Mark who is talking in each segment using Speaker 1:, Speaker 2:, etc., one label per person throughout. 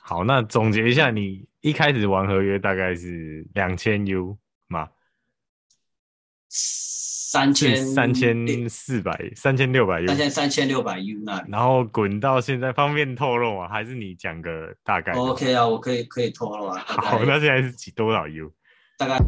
Speaker 1: 好，那总结一下，你一开始玩合约大概是两千 U 嘛，
Speaker 2: 三千
Speaker 1: 三千四百、三千六百 U，
Speaker 2: 三千三千六百 U 那里。
Speaker 1: 然后滚到现在，方便透露吗？还是你讲个大概
Speaker 2: ？OK 啊，我可以可以透露啊。大概
Speaker 1: 好，那现在是几多少 U？
Speaker 2: 大概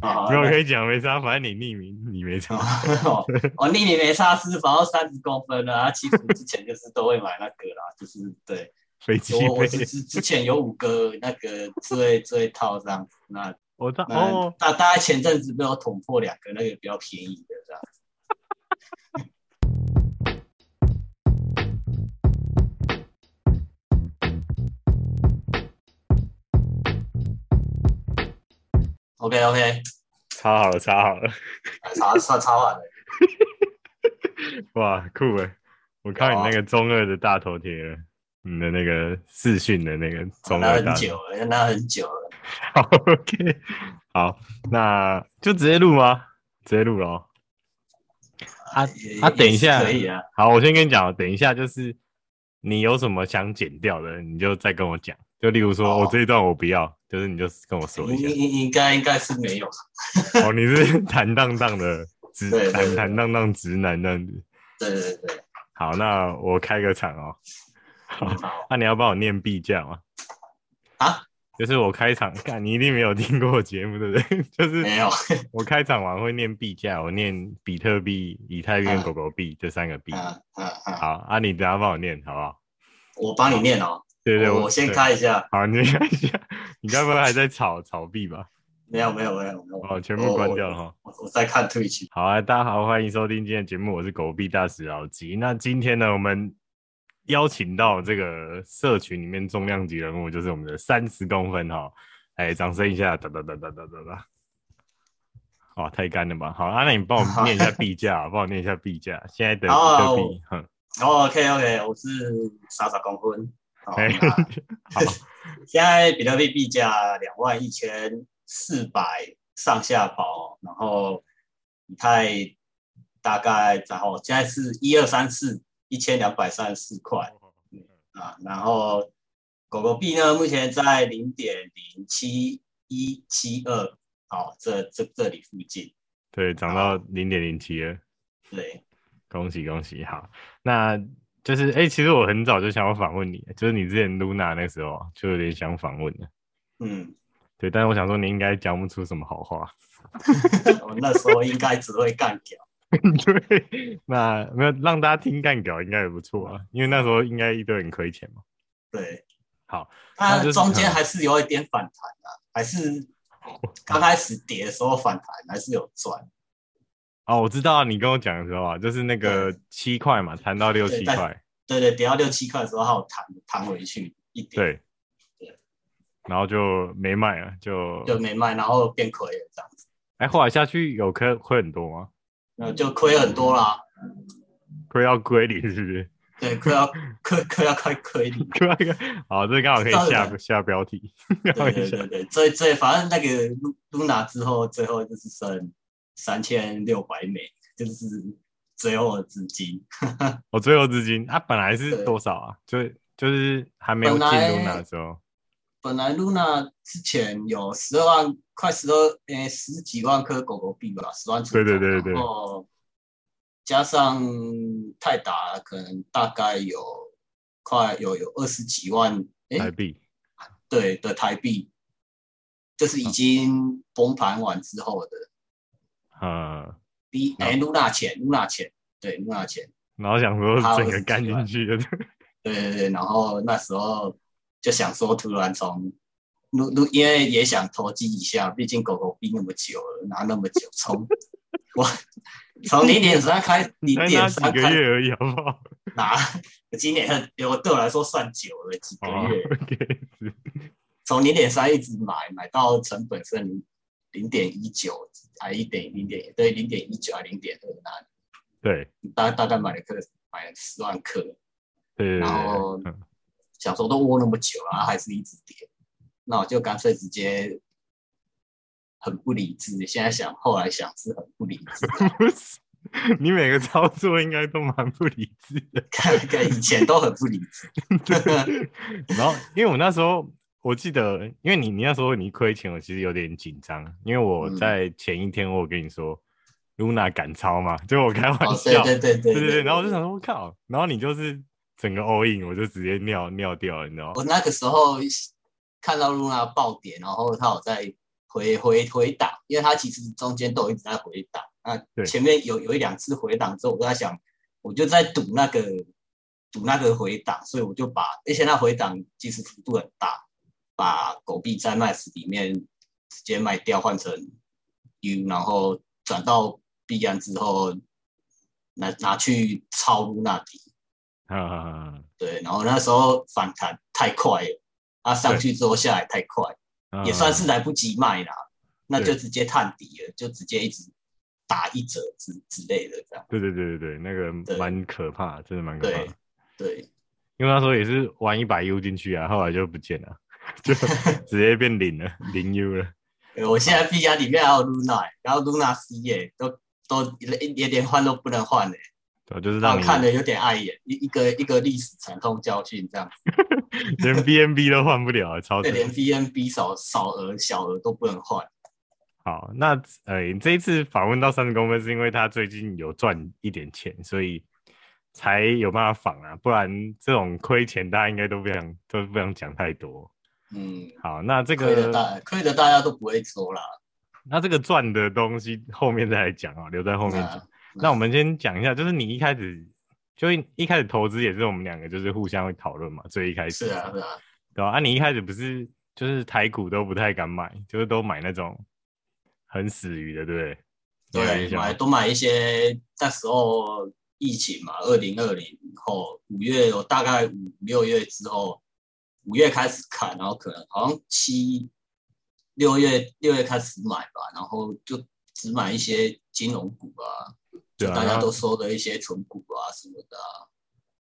Speaker 2: 啊
Speaker 1: 没有可以讲没差，反正你匿名，你没差。
Speaker 2: 哦，哦，匿名没差是防到三十公分啊。其实之前就是都会买那个啦，就是对
Speaker 1: 飞机
Speaker 2: 我我
Speaker 1: 杯
Speaker 2: 之之之前有五个那个最最套这样子，那
Speaker 1: 我知道
Speaker 2: 那
Speaker 1: 哦，
Speaker 2: 大大概前阵子被我捅破两个那个比较便宜的这样子。OK OK，
Speaker 1: 超好了，超好了，
Speaker 2: 查查查完了。
Speaker 1: 哇，酷哎！我看你那个中二的大头贴了，你的那个视讯的那个中
Speaker 2: 那
Speaker 1: 二大
Speaker 2: 很
Speaker 1: 头贴
Speaker 2: 久了，那很久了。
Speaker 1: 好 OK，好，那就直接录吗？直接录咯。啊
Speaker 2: 也
Speaker 1: 啊，等一下，
Speaker 2: 也是可以啊。
Speaker 1: 好，我先跟你讲，等一下就是你有什么想剪掉的，你就再跟我讲。就例如说，我、
Speaker 2: 哦
Speaker 1: 这一段我不要，就是你就跟我说
Speaker 2: 应
Speaker 1: 一下。
Speaker 2: 应应该应该是没有，
Speaker 1: 哦，你 是坦荡荡的直
Speaker 2: 对对
Speaker 1: 坦
Speaker 2: 对
Speaker 1: 坦荡荡直男这样子。
Speaker 2: 对对对，
Speaker 1: 好，那我开个场哦。好，
Speaker 2: 好
Speaker 1: 那、你要帮我念 B 价吗？
Speaker 2: 啊，
Speaker 1: 就是我开场，看你一定没有听过我节目，对不对？ 就是
Speaker 2: 没有，
Speaker 1: 我开场完会念币价，我念比特币、以太
Speaker 2: 啊
Speaker 1: 币跟狗狗币、这三个币。
Speaker 2: 嗯嗯嗯，
Speaker 1: 好啊，你等一下帮我念好不好？
Speaker 2: 我帮你念哦，
Speaker 1: 对对，
Speaker 2: 我我先
Speaker 1: 对。
Speaker 2: 开一下，
Speaker 1: 好，你看一下， 你该不会还在炒炒币吧？
Speaker 2: 没有没有没有没有，
Speaker 1: 哦，全部关掉了
Speaker 2: 我。
Speaker 1: 哈。
Speaker 2: 我我在看 Twitch，
Speaker 1: 好啊，大家好，欢迎收听今天的节目，我是狗币大使老吉。那今天呢，我们邀请到这个社群里面重量级人物，就是我们的三十公分哈、哎，掌声一下，哒哒哒哒哒哒哒。哇，太干了吧！好，啊、那你帮我念一下币价，啊 帮我念一下币价，现在的比特币，哼，
Speaker 2: 哦，OK OK，我是傻傻公分，好，
Speaker 1: 哎
Speaker 2: 那
Speaker 1: 好，
Speaker 2: 现在比特币币价两万一千四百上下跑，然后以太大概然后现在是一二三四一千两百三十四块。
Speaker 1: 哦
Speaker 2: 啊，然后狗狗币呢，目前在零点零七一七二，好，这这这里附近，
Speaker 1: 对，涨到零点零七了。
Speaker 2: 对，
Speaker 1: 恭喜恭喜！好，那就是哎、其实我很早就想要访问你，就是你之前 Luna 那时候啊就有点想访问的，
Speaker 2: 嗯，
Speaker 1: 对，但是我想说你应该讲不出什么好 话，
Speaker 2: 我哦那时候应该只会干掉，
Speaker 1: 对，那没有让大家听干屌应该也不错啊，因为那时候应该一堆人亏钱嘛。
Speaker 2: 对，
Speaker 1: 好，那
Speaker 2: 它
Speaker 1: 就是
Speaker 2: 中间还是有一点反弹啊，还是刚开始跌的时候反弹还是有赚，
Speaker 1: 哦，我知道你跟我讲的时候啊，就是那个七块嘛，谈到六
Speaker 2: 对
Speaker 1: 七
Speaker 2: 但
Speaker 1: 块，
Speaker 2: 对对，跌到六七块的时候还有弹弹回去一点，
Speaker 1: 对，然后就没卖了，就
Speaker 2: 就没卖，然后变亏了这样子，
Speaker 1: 哎，后来下去有亏亏很多吗？
Speaker 2: 那就亏很多啦，
Speaker 1: 亏到归零是不是？
Speaker 2: 对，亏要亏亏要快亏你。
Speaker 1: 好，这刚好可以
Speaker 2: 知道
Speaker 1: 下
Speaker 2: 了
Speaker 1: 下标题，刚好
Speaker 2: 对
Speaker 1: 可以
Speaker 2: 对
Speaker 1: 下
Speaker 2: 对对，最最反正那个露露娜之后，最后就是剩三千六百美，就是最后的资金。
Speaker 1: 我最后资金，它、本来是
Speaker 2: 对
Speaker 1: 多少啊？就就是还没有进
Speaker 2: 本来
Speaker 1: 入那时候，
Speaker 2: 本来露娜之前有十二万，快十二，诶，十几万颗狗狗币吧，十万出头。
Speaker 1: 对对对对
Speaker 2: 然后加上泰达，可能大概有快有有二十几万，诶，
Speaker 1: 台 币
Speaker 2: 对的台币，就是已经崩盘完之后的。
Speaker 1: 嗯，
Speaker 2: 比
Speaker 1: 好
Speaker 2: 哎，露娜钱，露娜钱，对，露娜钱，
Speaker 1: 然后想说
Speaker 2: 好
Speaker 1: 整个干进去的，
Speaker 2: 对对对。然后那时候就想说，突然从露露，因为也想投机一下，毕竟狗狗币那么久了，拿那么久，从我从零点三开，零
Speaker 1: 才拿
Speaker 2: 点
Speaker 1: 几
Speaker 2: 三
Speaker 1: 个
Speaker 2: 开
Speaker 1: 月而已，好不好？
Speaker 2: 拿，今年很，我对我来说算久了，几个
Speaker 1: 哦
Speaker 2: 月，
Speaker 1: ，OK，是
Speaker 2: 从零点三一直买，买到成本剩零点一九，还一点零点，对，零点一九还零点二，那
Speaker 1: 对
Speaker 2: 大大概买了克买了十万克。
Speaker 1: 对对对
Speaker 2: 然后
Speaker 1: 对，嗯
Speaker 2: 想说都窝那么久了，还是一直跌，那我就干脆直接很不理智。现在想，后来想是很不理智 的，
Speaker 1: 不是，你每个操作应该都蛮不理智的。
Speaker 2: 看看以前都很不理智。
Speaker 1: 然后，因为我那时候我记得，因为你你那时候你亏钱，我其实有点紧张，因为我
Speaker 2: 嗯
Speaker 1: 在前一天我有跟你说、Luna 赶超嘛，就我开玩
Speaker 2: 哦，对
Speaker 1: 笑，
Speaker 2: 对对对
Speaker 1: 对对然后我就想说，我靠，然后你就是整个 all in，我就直接尿尿掉了，你知道吗？
Speaker 2: 我那个时候看到露娜爆点，然后她有在回回回档，因为她其实中间都有一直在回档。那
Speaker 1: 对
Speaker 2: 前面有有一两次回档之后，我都在想，我就在赌那个赌那个回档，所以我就把，而且那回档其实幅度很大，把狗币在 Max 里面直接卖掉，换成 U，然后转到币安之后，拿拿去抄露娜底。
Speaker 1: 哈哈哈哈
Speaker 2: 对，然后那时候反弹太快了，啊，上去之后下来太快，
Speaker 1: 嗯
Speaker 2: 也算是来不及卖啦，那就
Speaker 1: 对
Speaker 2: 直接探底了，就直接一直打一折之之类的这样。
Speaker 1: 对对对对对，那个
Speaker 2: 对
Speaker 1: 蛮可怕，真的蛮可怕
Speaker 2: 对。对，
Speaker 1: 因为那时候也是玩一百 U 进去啊，后来就不见了，就 直接变零了，零 U 了。
Speaker 2: 呃我现在 B 加里面还有 Luna，然后欸 Luna C 耶，都都连连连换都不能换嘞，
Speaker 1: 我啊就是
Speaker 2: 然
Speaker 1: 让
Speaker 2: 后
Speaker 1: 你
Speaker 2: 看欸的有点碍眼，一一个一个历史惨痛教训这样，
Speaker 1: 连 BNB 都换不了，啊超
Speaker 2: 对，
Speaker 1: 级
Speaker 2: 连 BNB 少少额小额都不能换。
Speaker 1: 好。那呃，你这一次访问到三十公分，是因为他最近有赚一点钱，所以才有办法访啊，不然这种亏钱大家应该都不想都不想讲太多。
Speaker 2: 嗯，
Speaker 1: 好，那这
Speaker 2: 亏的
Speaker 1: 个
Speaker 2: 大亏的大家都不会说啦。
Speaker 1: 那这个赚的东西后面再来讲啊，留在后面讲。
Speaker 2: 那
Speaker 1: 那我们先讲一下，就是你一开始就一一开始投资也是我们两个就是互相会讨论嘛，最一开始
Speaker 2: 是啊是啊，
Speaker 1: 对吧、啊？你一开始不是就是台股都不太敢买，就是都买那种很死鱼的，对不对？你有
Speaker 2: 对，
Speaker 1: 印象
Speaker 2: 买
Speaker 1: 吗
Speaker 2: 多买一些。那时候疫情嘛，二零二零后五月，我大概五六月之后，五月开始砍，然后可能好像七六月六月开始买吧，然后就只买一些金融股啊，
Speaker 1: 对
Speaker 2: 就
Speaker 1: 啊
Speaker 2: 大
Speaker 1: 然
Speaker 2: 家
Speaker 1: 后
Speaker 2: 都收的一些存股啊什么的啊、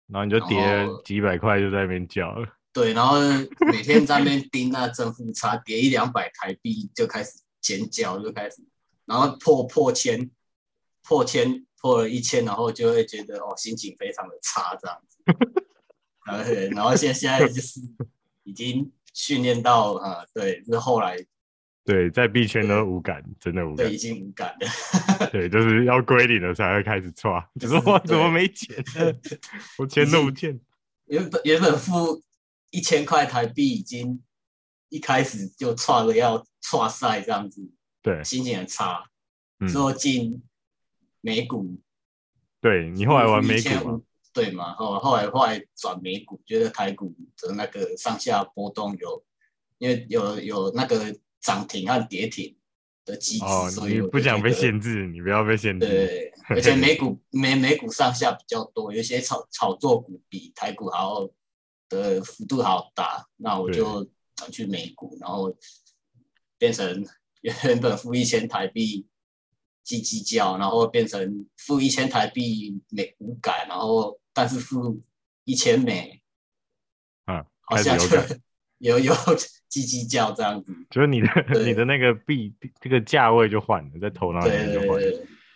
Speaker 1: 然后你就跌
Speaker 2: 然
Speaker 1: 了
Speaker 2: 后
Speaker 1: 几百块就在那边叫了，
Speaker 2: 对，然后每天在那边盯那正负差，跌一两百台币就开始尖叫，就开始，然后破破千，破千破了一千，然后就会觉得哦心情非常的差这样子。呃，对然后现现在就是已经训练到啊、呃对，就是后来
Speaker 1: 对，在币圈都无感，真的无感
Speaker 2: 对已，经无感了。
Speaker 1: 对，就是要归零了才会开始抓，就
Speaker 2: 就是
Speaker 1: 是我
Speaker 2: 对
Speaker 1: 怎么没钱 了，我钱都不见，
Speaker 2: 原本原本付一千块台币，已经一开始就差的要差赛这样子，
Speaker 1: 对
Speaker 2: 心情很差。
Speaker 1: 嗯
Speaker 2: 之后进美股，
Speaker 1: 对，你后来玩美股嘛，
Speaker 2: 1500对嘛？后后来后来转美股，觉得台股的那个上下波动有，因为有有那个涨停和跌停的机制，
Speaker 1: 哦，
Speaker 2: 所以
Speaker 1: 你
Speaker 2: 我就
Speaker 1: 不想
Speaker 2: 觉
Speaker 1: 被
Speaker 2: 得
Speaker 1: 限制，你不要被限制，
Speaker 2: 对，而且美股美美股上下比较多，有一些炒炒作股比台股还要的幅度还要大，那我就转去美股，然后变成原本付一千台币叽叽叫，然后变成付一千台币美股改，然后但是付一千美，
Speaker 1: 嗯，
Speaker 2: 好
Speaker 1: 开始
Speaker 2: 像
Speaker 1: 有
Speaker 2: 就
Speaker 1: 感。
Speaker 2: 有有叽叽叫这样子，
Speaker 1: 就是你的
Speaker 2: 对
Speaker 1: 你的那个币这个价位就换了，在头脑里
Speaker 2: 对
Speaker 1: 面就
Speaker 2: 对
Speaker 1: 换了。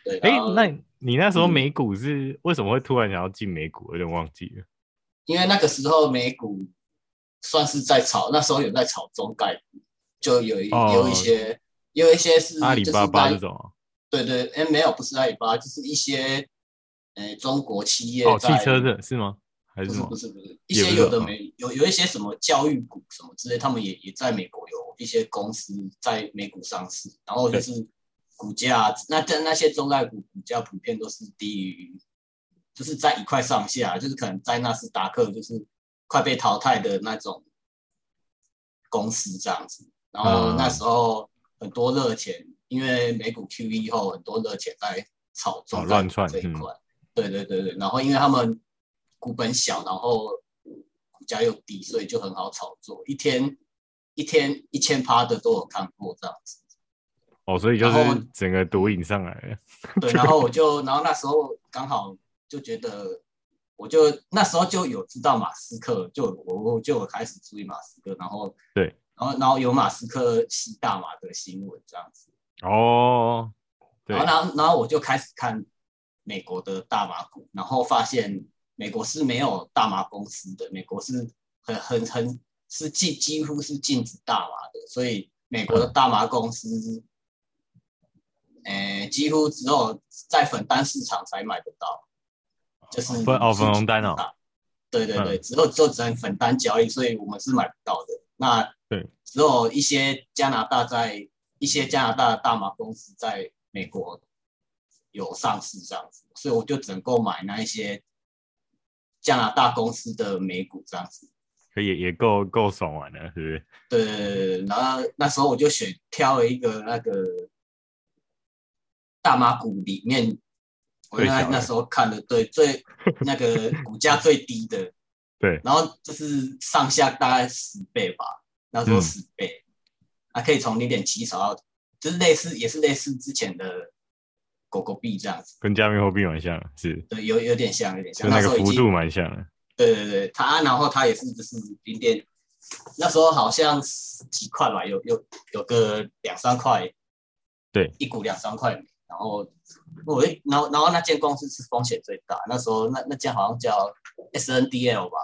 Speaker 2: 对对。
Speaker 1: 哎、
Speaker 2: 然后
Speaker 1: 那你那时候
Speaker 2: 嗯
Speaker 1: 美股是、为什么会突然想要进美股？有点忘记了。
Speaker 2: 因为那个时候美股算是在炒，那时候有在炒中概股，就有一、
Speaker 1: 哦
Speaker 2: 有一些，也有一些是
Speaker 1: 阿里巴巴这
Speaker 2: 嗯就是在
Speaker 1: 种啊、
Speaker 2: 对对，哎没有不是阿里巴巴，就是一些呃中国企业
Speaker 1: 哦，汽
Speaker 2: 在
Speaker 1: 车的是吗？还是
Speaker 2: 不是
Speaker 1: 什么
Speaker 2: 不？是不是一
Speaker 1: 也不是
Speaker 2: 些有的
Speaker 1: 哦
Speaker 2: 没有有一些什么教育股什么之类，他们也也在美国有一些公司在美股上市，然后就
Speaker 1: 对
Speaker 2: 是股价那但那些中概股股价普遍都是低于，就是在一块上下，就是可能在纳斯达克就是快被淘汰的那种公司这样子，然后
Speaker 1: 啊
Speaker 2: 那时候很多热钱，因为美股 QE 后很多热钱在炒中
Speaker 1: 哦
Speaker 2: 概
Speaker 1: 乱
Speaker 2: 股
Speaker 1: 窜
Speaker 2: 这一
Speaker 1: 嗯
Speaker 2: 块。对对对对，然后因为他们股本小，然后股价又低，所以就很好炒作，一天一天一千趴的都有看过这样 子。
Speaker 1: 哦，所以就
Speaker 2: 然后
Speaker 1: 是整个毒瘾上来了。
Speaker 2: 对，然后我就，然后那时候刚好就觉得，我就那时候就有知道马斯克，就我我就有开始注意马斯克，然后
Speaker 1: 对，
Speaker 2: 然后然后有马斯克吸大麻的新闻这样子，
Speaker 1: 哦，对
Speaker 2: 然后，然后然后我就开始看美国的大麻股，然后发现美国是没有大麻公司的，美国是很很很是禁几乎是禁止大麻的，所以美国
Speaker 1: 嗯
Speaker 2: 的大麻公司，诶、几乎只有在粉单市场才买得到，就是
Speaker 1: 粉哦粉红单哦，
Speaker 2: 对对对，只有只有只能粉单交易，所以我们是买不到的。那
Speaker 1: 对，
Speaker 2: 只有一些加拿大在一些加拿大的大麻公司在美国有上市这样子，所以我就只能够买那一些加拿大公司的美股这样子。
Speaker 1: 可以也够够爽玩了，是不是？
Speaker 2: 对对对对，对然后那时候我就选挑了一个那个大麻股里面，我
Speaker 1: 最
Speaker 2: 那
Speaker 1: 小的
Speaker 2: 那时候看的对 最那个股价最低的，
Speaker 1: 对
Speaker 2: 然后就是上下大概十倍吧，那时候
Speaker 1: 嗯
Speaker 2: 十倍，还、可以从零点七炒到，就是类似也是类似之前的狗狗币这样子，
Speaker 1: 跟加密货币蛮像，是，
Speaker 2: 对，有有点像有点
Speaker 1: 就
Speaker 2: 像，
Speaker 1: 那
Speaker 2: 时
Speaker 1: 个
Speaker 2: 候已
Speaker 1: 幅
Speaker 2: 经
Speaker 1: 度蛮像的。
Speaker 2: 对对对，它然后它也是就是零点，那时候好像十几块吧，有有有个两三块，
Speaker 1: 对，
Speaker 2: 一股两三块美，然后我一然后然后那间公司是风险最大，那时候那那间好像叫 SNDL 吧，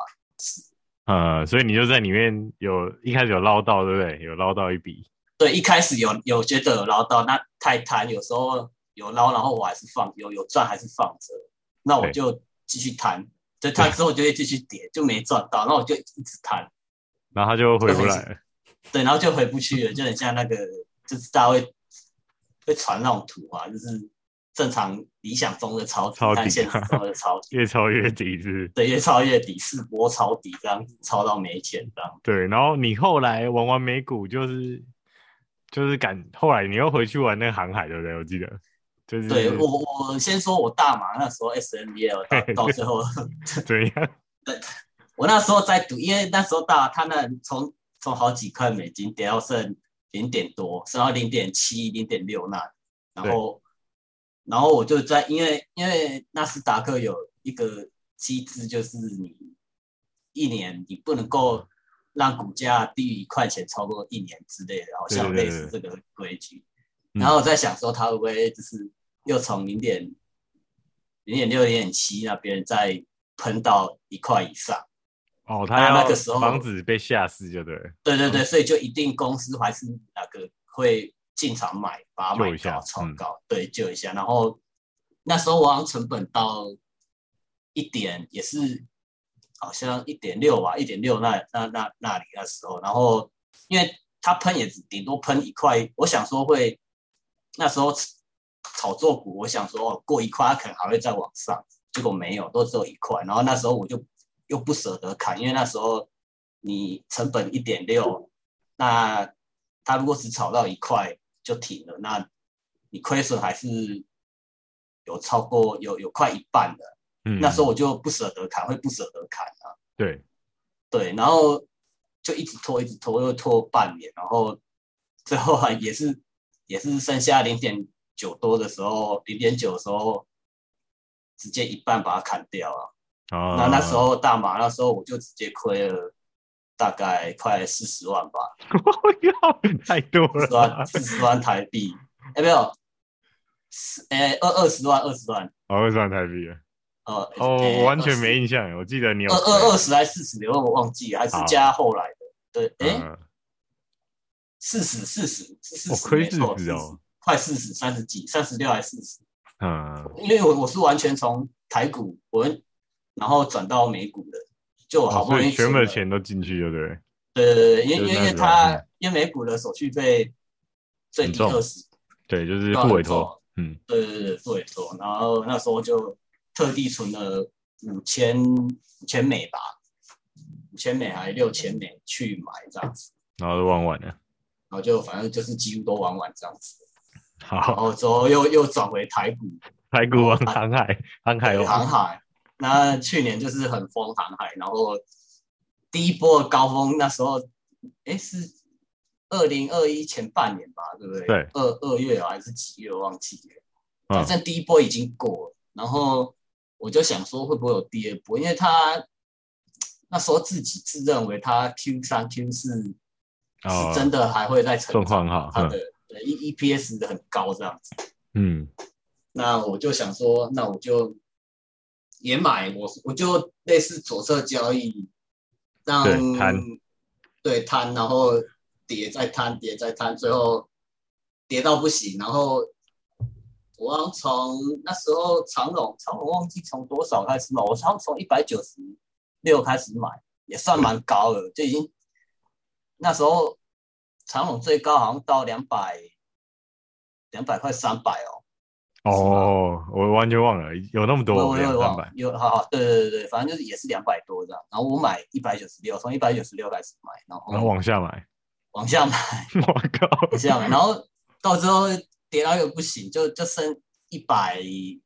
Speaker 1: 呃，所以你就在里面有一开始有捞到，对不对？有捞到一笔，
Speaker 2: 对，一开始有有觉得有捞到，那太贪，有时候有捞，然后我还是放，有有赚还是放着，那我
Speaker 1: 对
Speaker 2: 就继续贪，就贪之后就会继续跌，就没赚到，那我就一直贪。
Speaker 1: 然后他就回不来了。
Speaker 2: 对，然后就回不去了，就很像那个，就是大家会会传那种图啊，就是正常理想中的抄底
Speaker 1: 抄，底
Speaker 2: 但现实中的抄底，
Speaker 1: 越超越低是不是
Speaker 2: 对，越抄越底，四波抄底这样子，抄到没钱这样。
Speaker 1: 对，然后你后来玩完美股，就是就是赶，后来你又回去玩那个航海，对不对？我记得就是
Speaker 2: 对我，我先说我大麻那时候 S N B L
Speaker 1: 嘿
Speaker 2: 到到最后，
Speaker 1: 怎样？
Speaker 2: 我那时候在赌，因为那时候大他那从从好几块美金跌到剩零点多，剩到零点七、零点六那，然后然后我就在因为因为纳斯达克有一个机制，就是你一年你不能够让股价低于一块钱超过一年之类的，好像
Speaker 1: 对对
Speaker 2: 类
Speaker 1: 对
Speaker 2: 似这个规矩。
Speaker 1: 嗯
Speaker 2: 然后我在想说，它会不会就是又从零点零点六、零点七那边再喷到一块以上？
Speaker 1: 哦，
Speaker 2: 那
Speaker 1: 他要
Speaker 2: 啊那个时候
Speaker 1: 防止被下市，就对了。
Speaker 2: 对对
Speaker 1: 嗯
Speaker 2: 对，所以就一定公司还是那个会进场买，把它买
Speaker 1: 救一下
Speaker 2: 高炒
Speaker 1: 嗯
Speaker 2: 高，对，救一下。然后那时候我好像成本到一点，也是好像一点六吧，一点六那那那那里那时候，然后因为它喷也只顶多喷一块，我想说会那时候炒作股，我想说哦过一块它可能还会再往上，结果没有，都只有一块。然后那时候我就又不舍得砍，因为那时候你成本一点六，那它如果只炒到一块就停了，那你亏损还是有超过有有快一半的。
Speaker 1: 嗯，
Speaker 2: 那时候我就不舍得砍，会不舍得砍啊。
Speaker 1: 对，
Speaker 2: 对，然后就一直拖，一直拖，又拖半年，然后最后还也是也是剩下零点九多的时候，零点九的时候，直接一半把它砍掉啊。
Speaker 1: 哦，
Speaker 2: 那那时候大麻，那时候我就直接亏了大概快四十万吧，
Speaker 1: 我要太多
Speaker 2: 四十
Speaker 1: 了吧
Speaker 2: 万，四十万台币，哎、没有，十哎二二十万二十万，
Speaker 1: 哦，二十万台币了。
Speaker 2: 呃
Speaker 1: 哦，
Speaker 2: 哎
Speaker 1: 我完全
Speaker 2: 20
Speaker 1: 没印象，我记得你有
Speaker 2: 二二二十还是四十，我忘记了，还是
Speaker 1: 好
Speaker 2: 加后来的，对，哎、
Speaker 1: 嗯
Speaker 2: 四十四十是四
Speaker 1: 哦
Speaker 2: 十，
Speaker 1: 亏
Speaker 2: 没错
Speaker 1: 40哦
Speaker 2: 40快四十三十几，三十六还四十，
Speaker 1: 嗯，
Speaker 2: 因为我我是完全从台股我然后转到美股的，就我好
Speaker 1: 哦
Speaker 2: 不
Speaker 1: 所
Speaker 2: 容易
Speaker 1: 以全部
Speaker 2: 存
Speaker 1: 的
Speaker 2: 了
Speaker 1: 钱都进去，对不对？
Speaker 2: 对对对，因
Speaker 1: 就是
Speaker 2: 为因为
Speaker 1: 30
Speaker 2: 它
Speaker 1: 嗯
Speaker 2: 因为美股的手续费最低
Speaker 1: 很重
Speaker 2: 二十，
Speaker 1: 对，就是
Speaker 2: 对
Speaker 1: 付
Speaker 2: 很
Speaker 1: 委托
Speaker 2: 重，
Speaker 1: 嗯，
Speaker 2: 对对对，对，错。然后那时候就特地存了五千五千美吧，五千美还六千美去买这样子，
Speaker 1: 然后就玩完了。
Speaker 2: 然后就反正就是几乎都玩完这样子，然
Speaker 1: 好，
Speaker 2: 后之后又又转回台股，
Speaker 1: 排骨王航海，航海
Speaker 2: 哦
Speaker 1: 哦
Speaker 2: 啊对航
Speaker 1: 王，
Speaker 2: 海。那去年就是很疯航海，然后第一波的高峰那时候，哎是二零二一前半年吧，对不对？
Speaker 1: 对，
Speaker 2: 二二月啊还是几月我忘记了，
Speaker 1: 嗯
Speaker 2: 反正第一波已经过了，然后我就想说会不会有第二波，因为他那时候自己自认为他 Q 三 Q 四是真的还会再成
Speaker 1: 哦状况嗯很
Speaker 2: 长，
Speaker 1: 好，
Speaker 2: 它的对 E E P S 很高这样子。
Speaker 1: 嗯
Speaker 2: 那我就想说，那我就也买，我我就类似左侧交易，让
Speaker 1: 对摊
Speaker 2: 对摊，然后叠再摊，叠再摊，最后叠到不行，然后我好像从那时候长龙长龙忘记从多少开始买，我好像从一百九十六开始买，也算蛮高了，就已经那时候长龙最高好像到两百两百块三百哦。
Speaker 1: 嗯，哦，我完全忘了，有那么多，
Speaker 2: 我有
Speaker 1: 两
Speaker 2: 有
Speaker 1: 三
Speaker 2: 忘
Speaker 1: 百
Speaker 2: 了，有好好对对对对，反正就是也是两百多这样。然后我买一百九十六，从一百九十六开始买，然
Speaker 1: 然后
Speaker 2: 后
Speaker 1: 往下 买，
Speaker 2: 往下买，
Speaker 1: 我靠，
Speaker 2: 往下买，然后到最后跌到又不行，就就剩一百一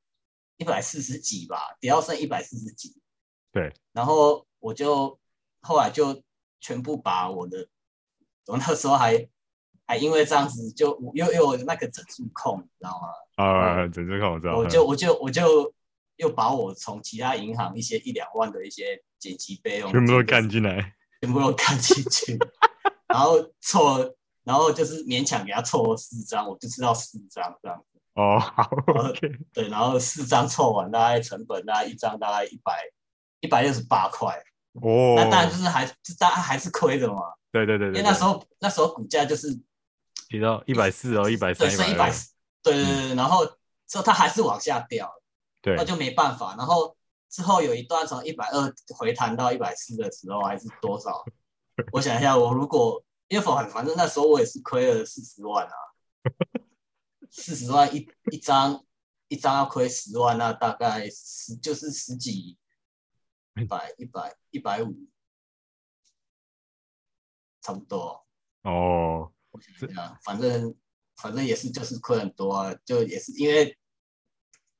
Speaker 2: 百四十几吧，跌到剩一百四十几。
Speaker 1: 对，
Speaker 2: 然后我就后来就全部把我的，我那时候还还因为这样子就又又有那个整数控，你知道吗？
Speaker 1: 啊，整只看我知道，
Speaker 2: 我就我就我就又把我从其他银行一些一两万的一些紧急备用
Speaker 1: 全部都
Speaker 2: 金
Speaker 1: 干进来，
Speaker 2: 全部都干进去，然后凑，然后就是勉强给他凑了四张，我就知道四张这样，
Speaker 1: 哦， 好，OK，
Speaker 2: 对，然后四张凑完大概成本大概一张大概一百一百六十八块，
Speaker 1: 哦，
Speaker 2: 那当然就是还就大家还是亏的嘛，
Speaker 1: 对对对
Speaker 2: 因
Speaker 1: 对，
Speaker 2: 为那时候那时候股价就是
Speaker 1: 提到一百四哦，一百三
Speaker 2: 对，剩一
Speaker 1: 一
Speaker 2: 百嗯
Speaker 1: 百，，
Speaker 2: 对对对，对然后之后它还是往下掉，
Speaker 1: 对
Speaker 2: 那就没办法。然后之后有一段从一百二回弹到一百四的时候，还是多少？我想一下，我如果因为反反正那时候我也是亏了四十万啊，四十万一一张一张要亏十万，那大概十就是十几一百一百一百五，差不多。
Speaker 1: 哦，
Speaker 2: 对啊，反正反正也是就是亏很多啊，就也是因为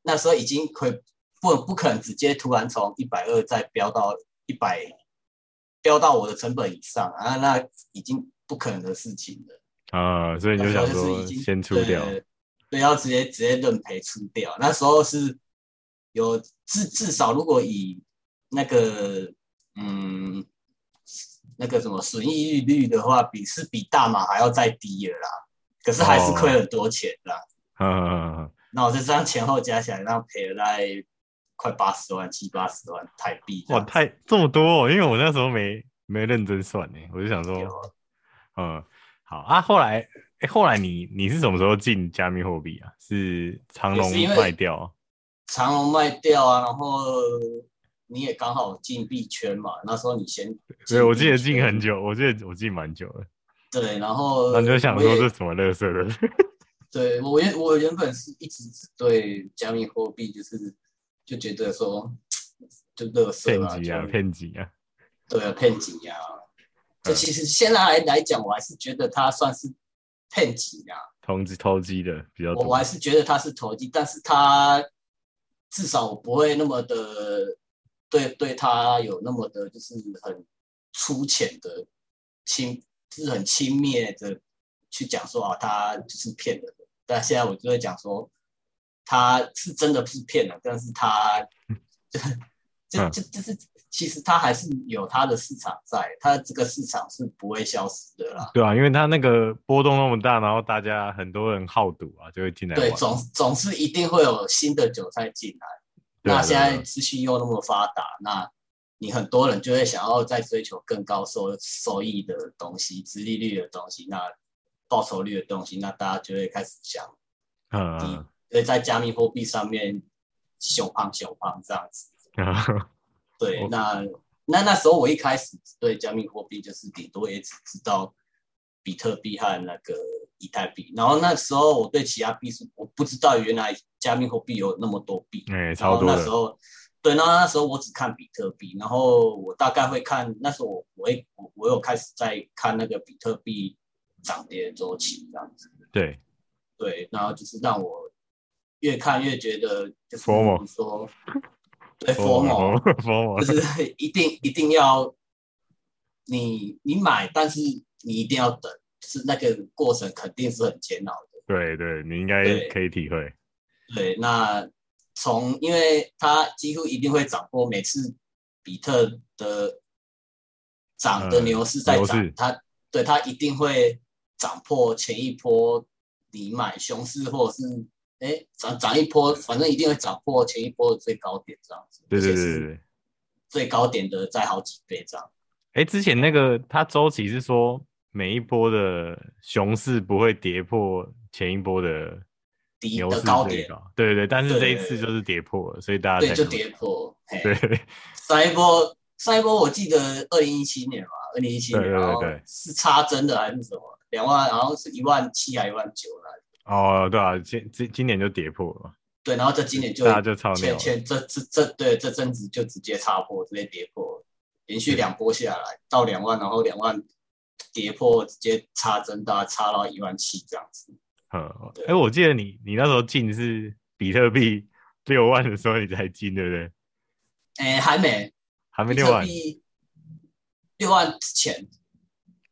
Speaker 2: 那时候已经亏不不可能直接突然从一百二再飙到一百，飙到我的成本以上啊，那已经不可能的事情了。
Speaker 1: 啊，所以你就
Speaker 2: 那
Speaker 1: 想
Speaker 2: 时候就是
Speaker 1: 说
Speaker 2: 已经
Speaker 1: 先出掉，
Speaker 2: 对，对要直接直接认赔出掉。那时候是有至至少如果以那个嗯那个什么损益率率的话，比是比大马还要再低了啦，可是还是
Speaker 1: 哦
Speaker 2: 亏很多钱啦。
Speaker 1: 嗯嗯嗯嗯，
Speaker 2: 那我这张前后加起来，那赔了大概快八十万、七八十万台币这
Speaker 1: 哇，
Speaker 2: 样子。
Speaker 1: 太这么多、哦，因为我那时候没没认真算呢，我就想说
Speaker 2: 有，
Speaker 1: 嗯，好啊。后来，诶后来你你是什么时候进加密货币啊？是长隆
Speaker 2: 也是因为
Speaker 1: 卖掉啊？
Speaker 2: 长隆卖掉啊，然后你也刚好进币圈嘛，那时候你先
Speaker 1: 对，我记得
Speaker 2: 币圈
Speaker 1: 进很久，我记得我进蛮久的。
Speaker 2: 对，然后
Speaker 1: 那你就想
Speaker 2: 我
Speaker 1: 说
Speaker 2: 也
Speaker 1: 这什么乐色的？
Speaker 2: 对我原我原本是一直只对加密货币就是就觉得说就乐色
Speaker 1: 骗
Speaker 2: 啊，
Speaker 1: 局啊，
Speaker 2: 就
Speaker 1: 骗局啊！
Speaker 2: 对啊骗局啊。这
Speaker 1: 嗯
Speaker 2: 其实现在来来讲，我还是觉得它算是骗局啊，
Speaker 1: 投机投机的比较
Speaker 2: 我我
Speaker 1: 多
Speaker 2: 还。是觉得它是投机，但是它至少我不会那么的对对它有那么的就是很粗浅的轻，就是很轻蔑的去讲说啊，他就是骗人的。但现在我就会讲说，他是真的是骗人，但是他就就
Speaker 1: 嗯
Speaker 2: 就就是其实他还是有他的市场在，他这个市场是不会消失的啦。
Speaker 1: 对啊，因为它那个波动那么大，然后大家很多人好赌啊，就会进来玩。
Speaker 2: 对，总总是一定会有新的韭菜进来。
Speaker 1: 对啊
Speaker 2: 那现在
Speaker 1: 对啊啊
Speaker 2: 资讯又那么发达，那你很多人就会想要再追求更高收收益的东西、殖利率的东西，那报酬率的东西，那大家就会开始想，
Speaker 1: 嗯
Speaker 2: 低
Speaker 1: 嗯
Speaker 2: 所以在加密货币上面熊胖熊胖这样子。
Speaker 1: 嗯，
Speaker 2: 对，
Speaker 1: 我
Speaker 2: 那那那时候我一开始对加密货币就是顶多也只知道比特币和那个以太币，然后那时候我对其他币是我不知道原来加密货币有那么多币，
Speaker 1: 哎，
Speaker 2: 然
Speaker 1: 超
Speaker 2: 后
Speaker 1: 多
Speaker 2: 那
Speaker 1: 的
Speaker 2: 时。候，对，那那时候我只看比特币，然后我大概会看，那时候我我也我我有开始在看那个比特币涨跌周期这样子，
Speaker 1: 对，
Speaker 2: 对，然后就是让我越看越觉得就是
Speaker 1: FOMO
Speaker 2: 你说，对
Speaker 1: 佛
Speaker 2: FOMO，
Speaker 1: 佛魔
Speaker 2: 就，是一定一定要你你买，但是你一定要等，就是那个过程肯定是很煎熬的。
Speaker 1: 对对，你应该
Speaker 2: 对
Speaker 1: 可以体会。
Speaker 2: 对，那从因为它几乎一定会涨过，每次比特的涨的
Speaker 1: 嗯
Speaker 2: 牛市在
Speaker 1: 牛
Speaker 2: 涨，
Speaker 1: 市
Speaker 2: 它对它一定会涨破前一波你买熊市或者是哎涨涨一波，反正一定会涨破前一波的最高点这样子。
Speaker 1: 对对
Speaker 2: 而且
Speaker 1: 对
Speaker 2: 是
Speaker 1: 对对。
Speaker 2: 最高点的再好几倍这样。
Speaker 1: 哎，之前那个它周期是说每一波的熊市不会跌破前一波的
Speaker 2: 第一
Speaker 1: 牛
Speaker 2: 的
Speaker 1: 市
Speaker 2: 高
Speaker 1: 最
Speaker 2: 点，
Speaker 1: 高，啊对对对，但是这
Speaker 2: 对对
Speaker 1: 一次就是跌破了，所以大家
Speaker 2: 对，
Speaker 1: 才
Speaker 2: 就
Speaker 1: 能
Speaker 2: 跌破。嘿
Speaker 1: 对，对
Speaker 2: 上一波，上一波我记得二零一七年嘛，二零一七年，
Speaker 1: 对对对
Speaker 2: 然后
Speaker 1: 对
Speaker 2: 是插针的还是什么？两万，然后是一万七还一万九了。
Speaker 1: 哦，对啊，今今今年就跌破了嘛，
Speaker 2: 对，然后这今年就
Speaker 1: 大家就超鸟
Speaker 2: 前
Speaker 1: 了，
Speaker 2: 前这这这对这阵子就直接插破，直接跌破，连续两波下来到两万，然后两万跌破，直接插针，大家插到一万七这样子。
Speaker 1: 嗯，
Speaker 2: 对
Speaker 1: 哎，我记得你你那时候进是比特币 六万的时候你才进，对不对？
Speaker 2: 哎，还没，
Speaker 1: 还没
Speaker 2: 比
Speaker 1: 六
Speaker 2: 特
Speaker 1: 万，
Speaker 2: 币六万之前，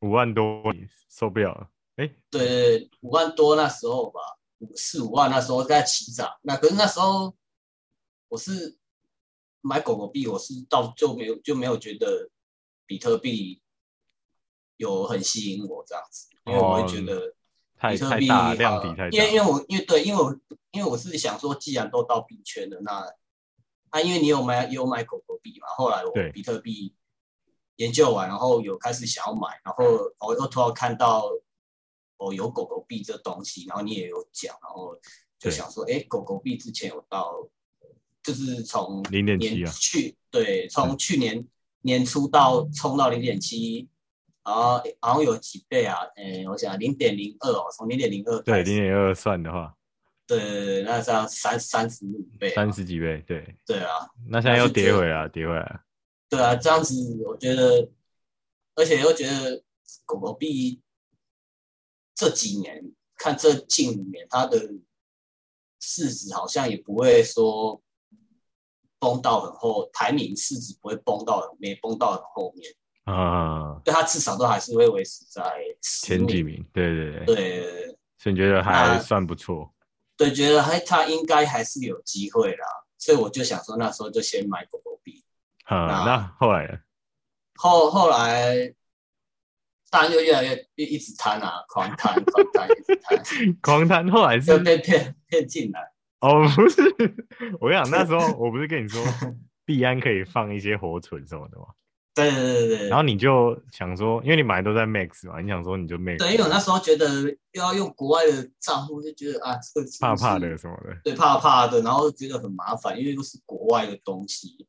Speaker 1: 五万多，你受不了了，哎，
Speaker 2: 对对，对，五万多那时候吧，五四五万那时候在起涨。那可是那时候我是买狗狗币，我是到就没有就没有觉得比特币有很吸引我这样子，因为我会觉得
Speaker 1: 太
Speaker 2: 比特
Speaker 1: 太
Speaker 2: 币
Speaker 1: 大
Speaker 2: 呃
Speaker 1: 量体太大
Speaker 2: 因，为因为我因为对，因为我因为我是想说，既然都到币圈了，那啊，因为你有买有买狗狗币嘛，后来我
Speaker 1: 对
Speaker 2: 比特币研究完，然后有开始想要买，然后我又突然看到哦有狗狗币这东西，然后你也有讲，然后就
Speaker 1: 对
Speaker 2: 想说，哎，狗狗币之前有到，就是从
Speaker 1: 0.7
Speaker 2: 年
Speaker 1: 啊
Speaker 2: 去对，从去年年初到冲到零点七。然后好像有几倍啊？诶，我想零点零二哦，从零点零二
Speaker 1: 对，零点二算的话，
Speaker 2: 对对对，那这样三三十五倍，啊
Speaker 1: 三十几倍，对，
Speaker 2: 对啊，
Speaker 1: 那现在又
Speaker 2: 那是
Speaker 1: 跌
Speaker 2: 这
Speaker 1: 回来了，跌回来了，
Speaker 2: 对啊，这样子我觉得，而且又觉得狗狗币这几年看这近五年它的市值好像也不会说崩到很后，排名市值不会崩到没崩到很后面，
Speaker 1: 啊，
Speaker 2: 对它至少都还是会维持在十
Speaker 1: 前几
Speaker 2: 名，
Speaker 1: 名，对对对，
Speaker 2: 对对对对
Speaker 1: 所以你觉得还
Speaker 2: 那
Speaker 1: 算不错，
Speaker 2: 对，觉得还它应该还是有机会啦，所以我就想说那时候就先买狗狗币。
Speaker 1: 啊，
Speaker 2: 那
Speaker 1: 那后来呢
Speaker 2: 后后来，当然就越来越越一直贪啊，狂贪狂贪，一直贪，
Speaker 1: 狂谈后来是
Speaker 2: 就被骗骗进来。
Speaker 1: 哦，不是，我跟你讲那时候我不是跟 你说币安可以放一些活存什么的吗？
Speaker 2: 对对对对对。
Speaker 1: 然后你就想说，因为你买的都在 Max 嘛，你想说你就 Max，
Speaker 2: 对，因为我那时候觉得又要用国外的账户，就觉得啊，这个是不
Speaker 1: 怕
Speaker 2: 是
Speaker 1: 怕的，什么的，
Speaker 2: 对，怕怕的，然后觉得很麻烦，因为又是国外的东西，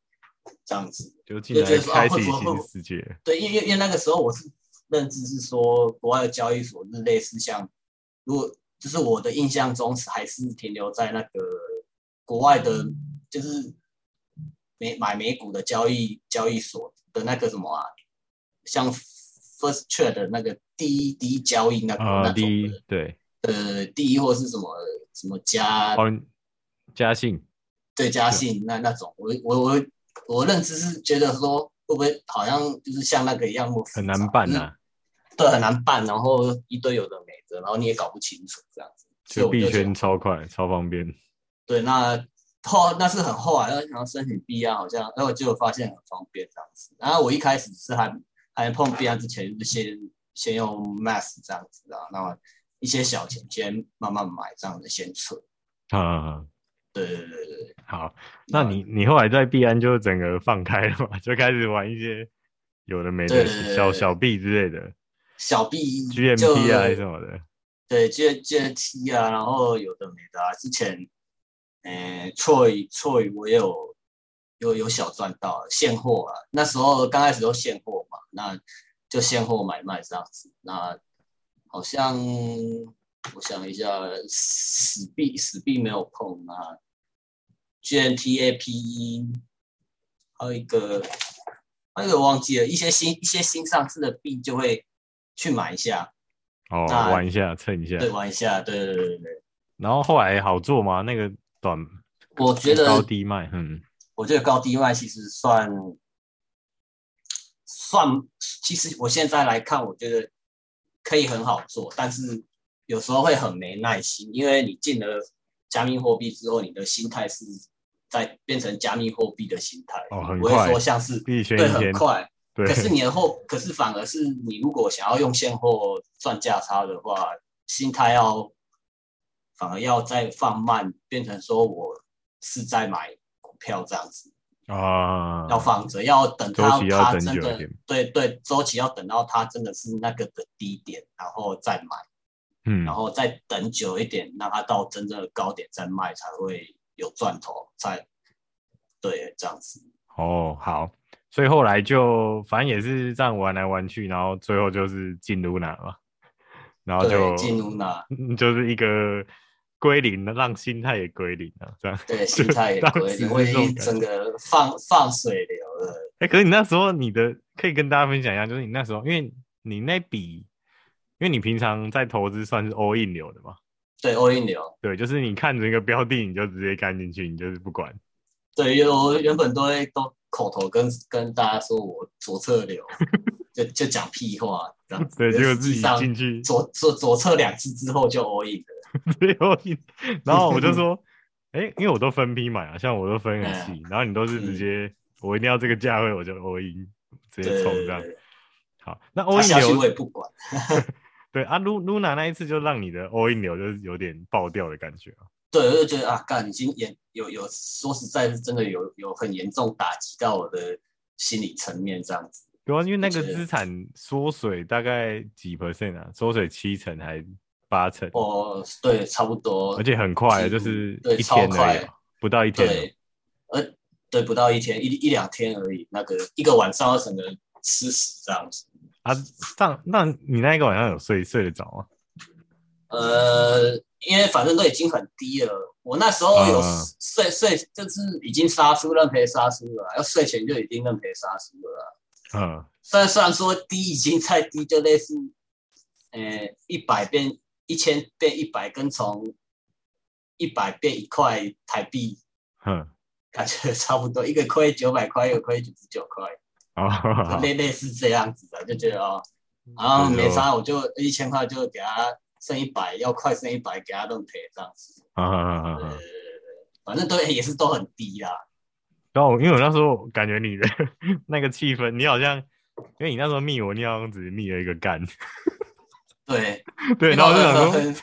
Speaker 2: 这样子。
Speaker 1: 就进来
Speaker 2: 就觉得说啊
Speaker 1: 开
Speaker 2: 会
Speaker 1: 启
Speaker 2: 不会
Speaker 1: 新
Speaker 2: 会
Speaker 1: 世界，
Speaker 2: 对，因为因为那个时候我是认知是说，国外的交易所是类似像，如果就是我的印象中是还是停留在那个国外的，就是美买美股的交易交易所的那个什么啊，像 First Trade 的那个第一第一交易那个、
Speaker 1: 啊，
Speaker 2: 那
Speaker 1: 第
Speaker 2: 种
Speaker 1: 一
Speaker 2: 的
Speaker 1: 对，
Speaker 2: 呃第一或是什么什么加
Speaker 1: 哦，嘉信，
Speaker 2: 对加信那那种，我我我我认知是觉得说。会不会好像就是像那个一样那么复杂
Speaker 1: 很难办
Speaker 2: 就是
Speaker 1: 呐、啊，
Speaker 2: 对，很难办，然后一堆有的没的，然后你也搞不清楚这样子。所以
Speaker 1: 就
Speaker 2: 我就
Speaker 1: 币
Speaker 2: 觉得
Speaker 1: 圈超快，超方便，
Speaker 2: 对，那后那是很后来，然后想要申请币安，好像然后就发现很方便这样子。然后我一开始是还还没碰币安之前，就先先用 Mass 这样子啊，那么一些小钱先慢慢买这样子先存。
Speaker 1: 啊啊，啊
Speaker 2: 对对对对对，啊
Speaker 1: 好，那你你后来在币安就整个放开了嘛，就开始玩一些有的没的
Speaker 2: 对对对
Speaker 1: 小
Speaker 2: 对
Speaker 1: 小币之类的
Speaker 2: 小币就
Speaker 1: ，GMP 啊还是什么的，
Speaker 2: 对，借借 T 啊，然后有的没的啊。之前，呃，错语错语我也有有有小赚到现货啊。那时候刚开始都现货嘛，那就现货买卖这样子。那好像我想一下，死币死币没有碰啊，GNTAPE，还有一个还有一个忘记了，一些新一些新上市的币就会去买一下。
Speaker 1: 哦，
Speaker 2: 那
Speaker 1: 玩一下蹭一下，
Speaker 2: 对，玩一下，对对对对对。
Speaker 1: 然后后来好做吗？那个短
Speaker 2: 我觉得，
Speaker 1: 高低卖，嗯，
Speaker 2: 我觉得高低卖其实算算，其实我现在来看，我觉得可以很好做，但是有时候会很没耐心，因为你进了加密货币之后，你的心态是在变成加密货币的心态，
Speaker 1: 哦，很
Speaker 2: 不会
Speaker 1: 快
Speaker 2: 说，像是
Speaker 1: 币圈
Speaker 2: 对
Speaker 1: 一
Speaker 2: 很
Speaker 1: 天，
Speaker 2: 快，
Speaker 1: 对
Speaker 2: 可，是你的货，可是反而是你如果想要用现货赚价差的话，心态要反而要再放慢，变成说我是在买股票这样子，
Speaker 1: 啊，
Speaker 2: 要放着，要等
Speaker 1: 周
Speaker 2: 到
Speaker 1: 期要
Speaker 2: 它
Speaker 1: 等
Speaker 2: 真
Speaker 1: 久一
Speaker 2: 的
Speaker 1: 点
Speaker 2: 对对，周期要等到它真的是那个的低点，然后再买，
Speaker 1: 嗯
Speaker 2: 然，后再等久一点，让它到真正的高点再卖，才会有赚头，再对这样子。
Speaker 1: 哦，好，所以后来就反正也是这样玩来玩去，然后最后就是进入哪嘛，然后就
Speaker 2: 对，进入那
Speaker 1: 嗯就是一个归零，让心态也归零啊，这样。
Speaker 2: 对，心态也
Speaker 1: 当
Speaker 2: 归
Speaker 1: 时
Speaker 2: 零，我
Speaker 1: 是这
Speaker 2: 已
Speaker 1: 种
Speaker 2: 经
Speaker 1: 感
Speaker 2: 整个放放水流了。
Speaker 1: 哎、可是你那时候你的可以跟大家分享一下，就是你那时候，因为你那笔，因为你平常在投资算是 all in 流的嘛，
Speaker 2: 对，all in 流。
Speaker 1: 对，就是你看着一个标的你就直接干进去，你就是不管。
Speaker 2: 对，因为我原本都会都口头跟跟大家说我左侧流，就就讲屁话这样子。
Speaker 1: 对，
Speaker 2: 可
Speaker 1: 结果
Speaker 2: 是
Speaker 1: 自
Speaker 2: 实际
Speaker 1: 己
Speaker 2: 上
Speaker 1: 进去，
Speaker 2: 左左左侧两次之后就 all in 了。
Speaker 1: 最后一，然后我就说，哎、因为我都分批买啊，像我都分很
Speaker 2: 嗯
Speaker 1: 细，然后你都是直
Speaker 2: 嗯
Speaker 1: 接，我一定要这个价位我就 all in，直
Speaker 2: 对
Speaker 1: 接冲这样。
Speaker 2: 对，
Speaker 1: 好，那
Speaker 2: 他
Speaker 1: all
Speaker 2: 下
Speaker 1: in
Speaker 2: 去我
Speaker 1: 流，
Speaker 2: 也不管。
Speaker 1: 对啊，露露娜那一次就让你的 all in 流就是有点爆掉的感觉啊。
Speaker 2: 对，我就觉得啊，干，已经严有有，说实在是真的有有很严重打击到我的心理层面这样子。
Speaker 1: 对啊，因为那个
Speaker 2: 是
Speaker 1: 资产缩水大概几 percent 啊，缩水七成还八成，
Speaker 2: 哦，对，差不多。
Speaker 1: 而且很快，啊
Speaker 2: 几乎
Speaker 1: 就是
Speaker 2: 对
Speaker 1: 一天
Speaker 2: 超
Speaker 1: 而已
Speaker 2: 快
Speaker 1: 啊，不到一天哦。
Speaker 2: 对，呃，对，不到一天，一一两天而已。那个一个晚上要整个吃屎这样子。
Speaker 1: 啊，这样，那你那一个晚上有睡睡得着吗？
Speaker 2: 呃，因为反正都已经很低了，我那时候有
Speaker 1: 嗯
Speaker 2: 睡、睡，就是已经杀出认赔杀出了啊，要睡前就已经认赔杀出了啊。
Speaker 1: 嗯，
Speaker 2: 虽然虽然说低已经太低，就类似，呃，一百变一千变一百，跟从一百变一块台币，
Speaker 1: 哼，
Speaker 2: 感觉差不多，一个亏九百块，一个亏九十九块。
Speaker 1: 哦，好
Speaker 2: 类类似这样子的，就觉得哦，然后没
Speaker 1: 啊
Speaker 2: 啥，我就一千块就给他剩一百，要快剩一百给他弄赔这样子，
Speaker 1: 啊啊啊啊
Speaker 2: 呃
Speaker 1: 啊！，
Speaker 2: 反正都也是都很低啦，
Speaker 1: 然后我因为我那时候感觉你的 那个气氛，你好像，因为你那时候密我，你好像只密了一个干，
Speaker 2: 对，
Speaker 1: 对，然后我就想
Speaker 2: 很
Speaker 1: 说，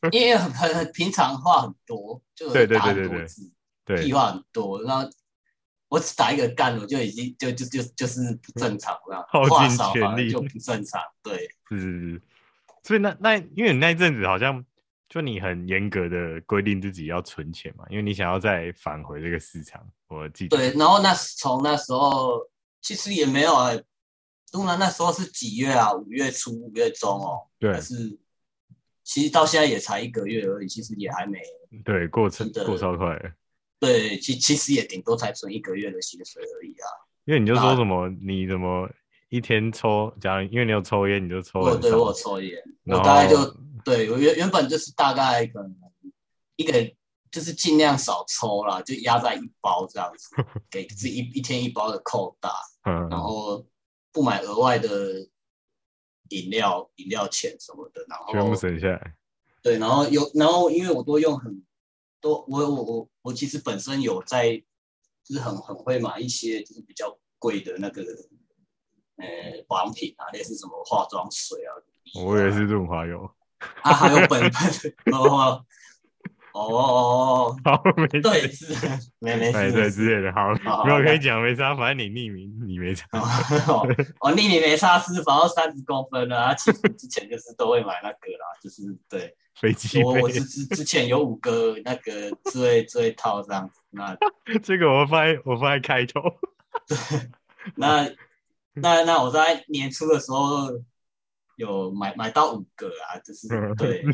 Speaker 2: 很，因为很 很很平常话很多，就
Speaker 1: 对对
Speaker 2: 打很
Speaker 1: 对对
Speaker 2: 多
Speaker 1: 对
Speaker 2: 字，
Speaker 1: 对
Speaker 2: 屁，话很多，然后。我只打一个干，我就已经就就就就是不正常了，
Speaker 1: 耗尽
Speaker 2: 话少
Speaker 1: 全
Speaker 2: 反而
Speaker 1: 力
Speaker 2: 就不正常，对
Speaker 1: 是是是，所以那那因为你那一阵子好像就你很严格的规定自己要存钱嘛，因为你想要再返回这个市场，我记得，
Speaker 2: 对。然后那时从那时候其实也没有啊、当然那时候是几月啊？五月初、五月中哦。
Speaker 1: 对
Speaker 2: 但是其实到现在也才一个月而已，其实也还没
Speaker 1: 对，过程
Speaker 2: 真的
Speaker 1: 过超快了，
Speaker 2: 对，其其实也顶多才存一个月的薪水而已啊。
Speaker 1: 因为你就说
Speaker 2: 那
Speaker 1: 什么你怎么一天抽，假如因为你有抽烟，你就抽
Speaker 2: 我
Speaker 1: 很
Speaker 2: 对我
Speaker 1: 少，
Speaker 2: 有抽烟，我
Speaker 1: 然
Speaker 2: 大概
Speaker 1: 后
Speaker 2: 就对我原原本就是大概可能一个就是尽量少抽啦，就压在一包这样 子，给自己一一天一包的扣打，
Speaker 1: 嗯，
Speaker 2: 然后不买额外的饮料饮料钱什么的，然后
Speaker 1: 全部省下来，
Speaker 2: 对，然后有，然后因为我都用很多，我我我我其实本身有在，就是很很会买一些就是比较贵的那个呃保养品啊，类似什么化妆水啊，
Speaker 1: 我也是润滑油，
Speaker 2: 啊，还有本本哦哦哦，
Speaker 1: 好，没
Speaker 2: 对，
Speaker 1: 事。
Speaker 2: 是， 没没
Speaker 1: 哎，
Speaker 2: 事
Speaker 1: 对之
Speaker 2: 没事，
Speaker 1: 类的，好，
Speaker 2: 好
Speaker 1: 没有
Speaker 2: 好
Speaker 1: 可以
Speaker 2: 那
Speaker 1: 讲，没差，反正你匿名，你没差。
Speaker 2: 哦 哦哦，丽丽没差是防到三十公分了，啊，其实之前就是都会买那个啦， 就是对。
Speaker 1: 飞机
Speaker 2: 我我
Speaker 1: 飞
Speaker 2: 之，之之前有五个那个自慰自慰套这样子，那
Speaker 1: 这个我放在我放在开头，
Speaker 2: 那那那我在年初的时候有买买到五个啊，就是
Speaker 1: 嗯
Speaker 2: 对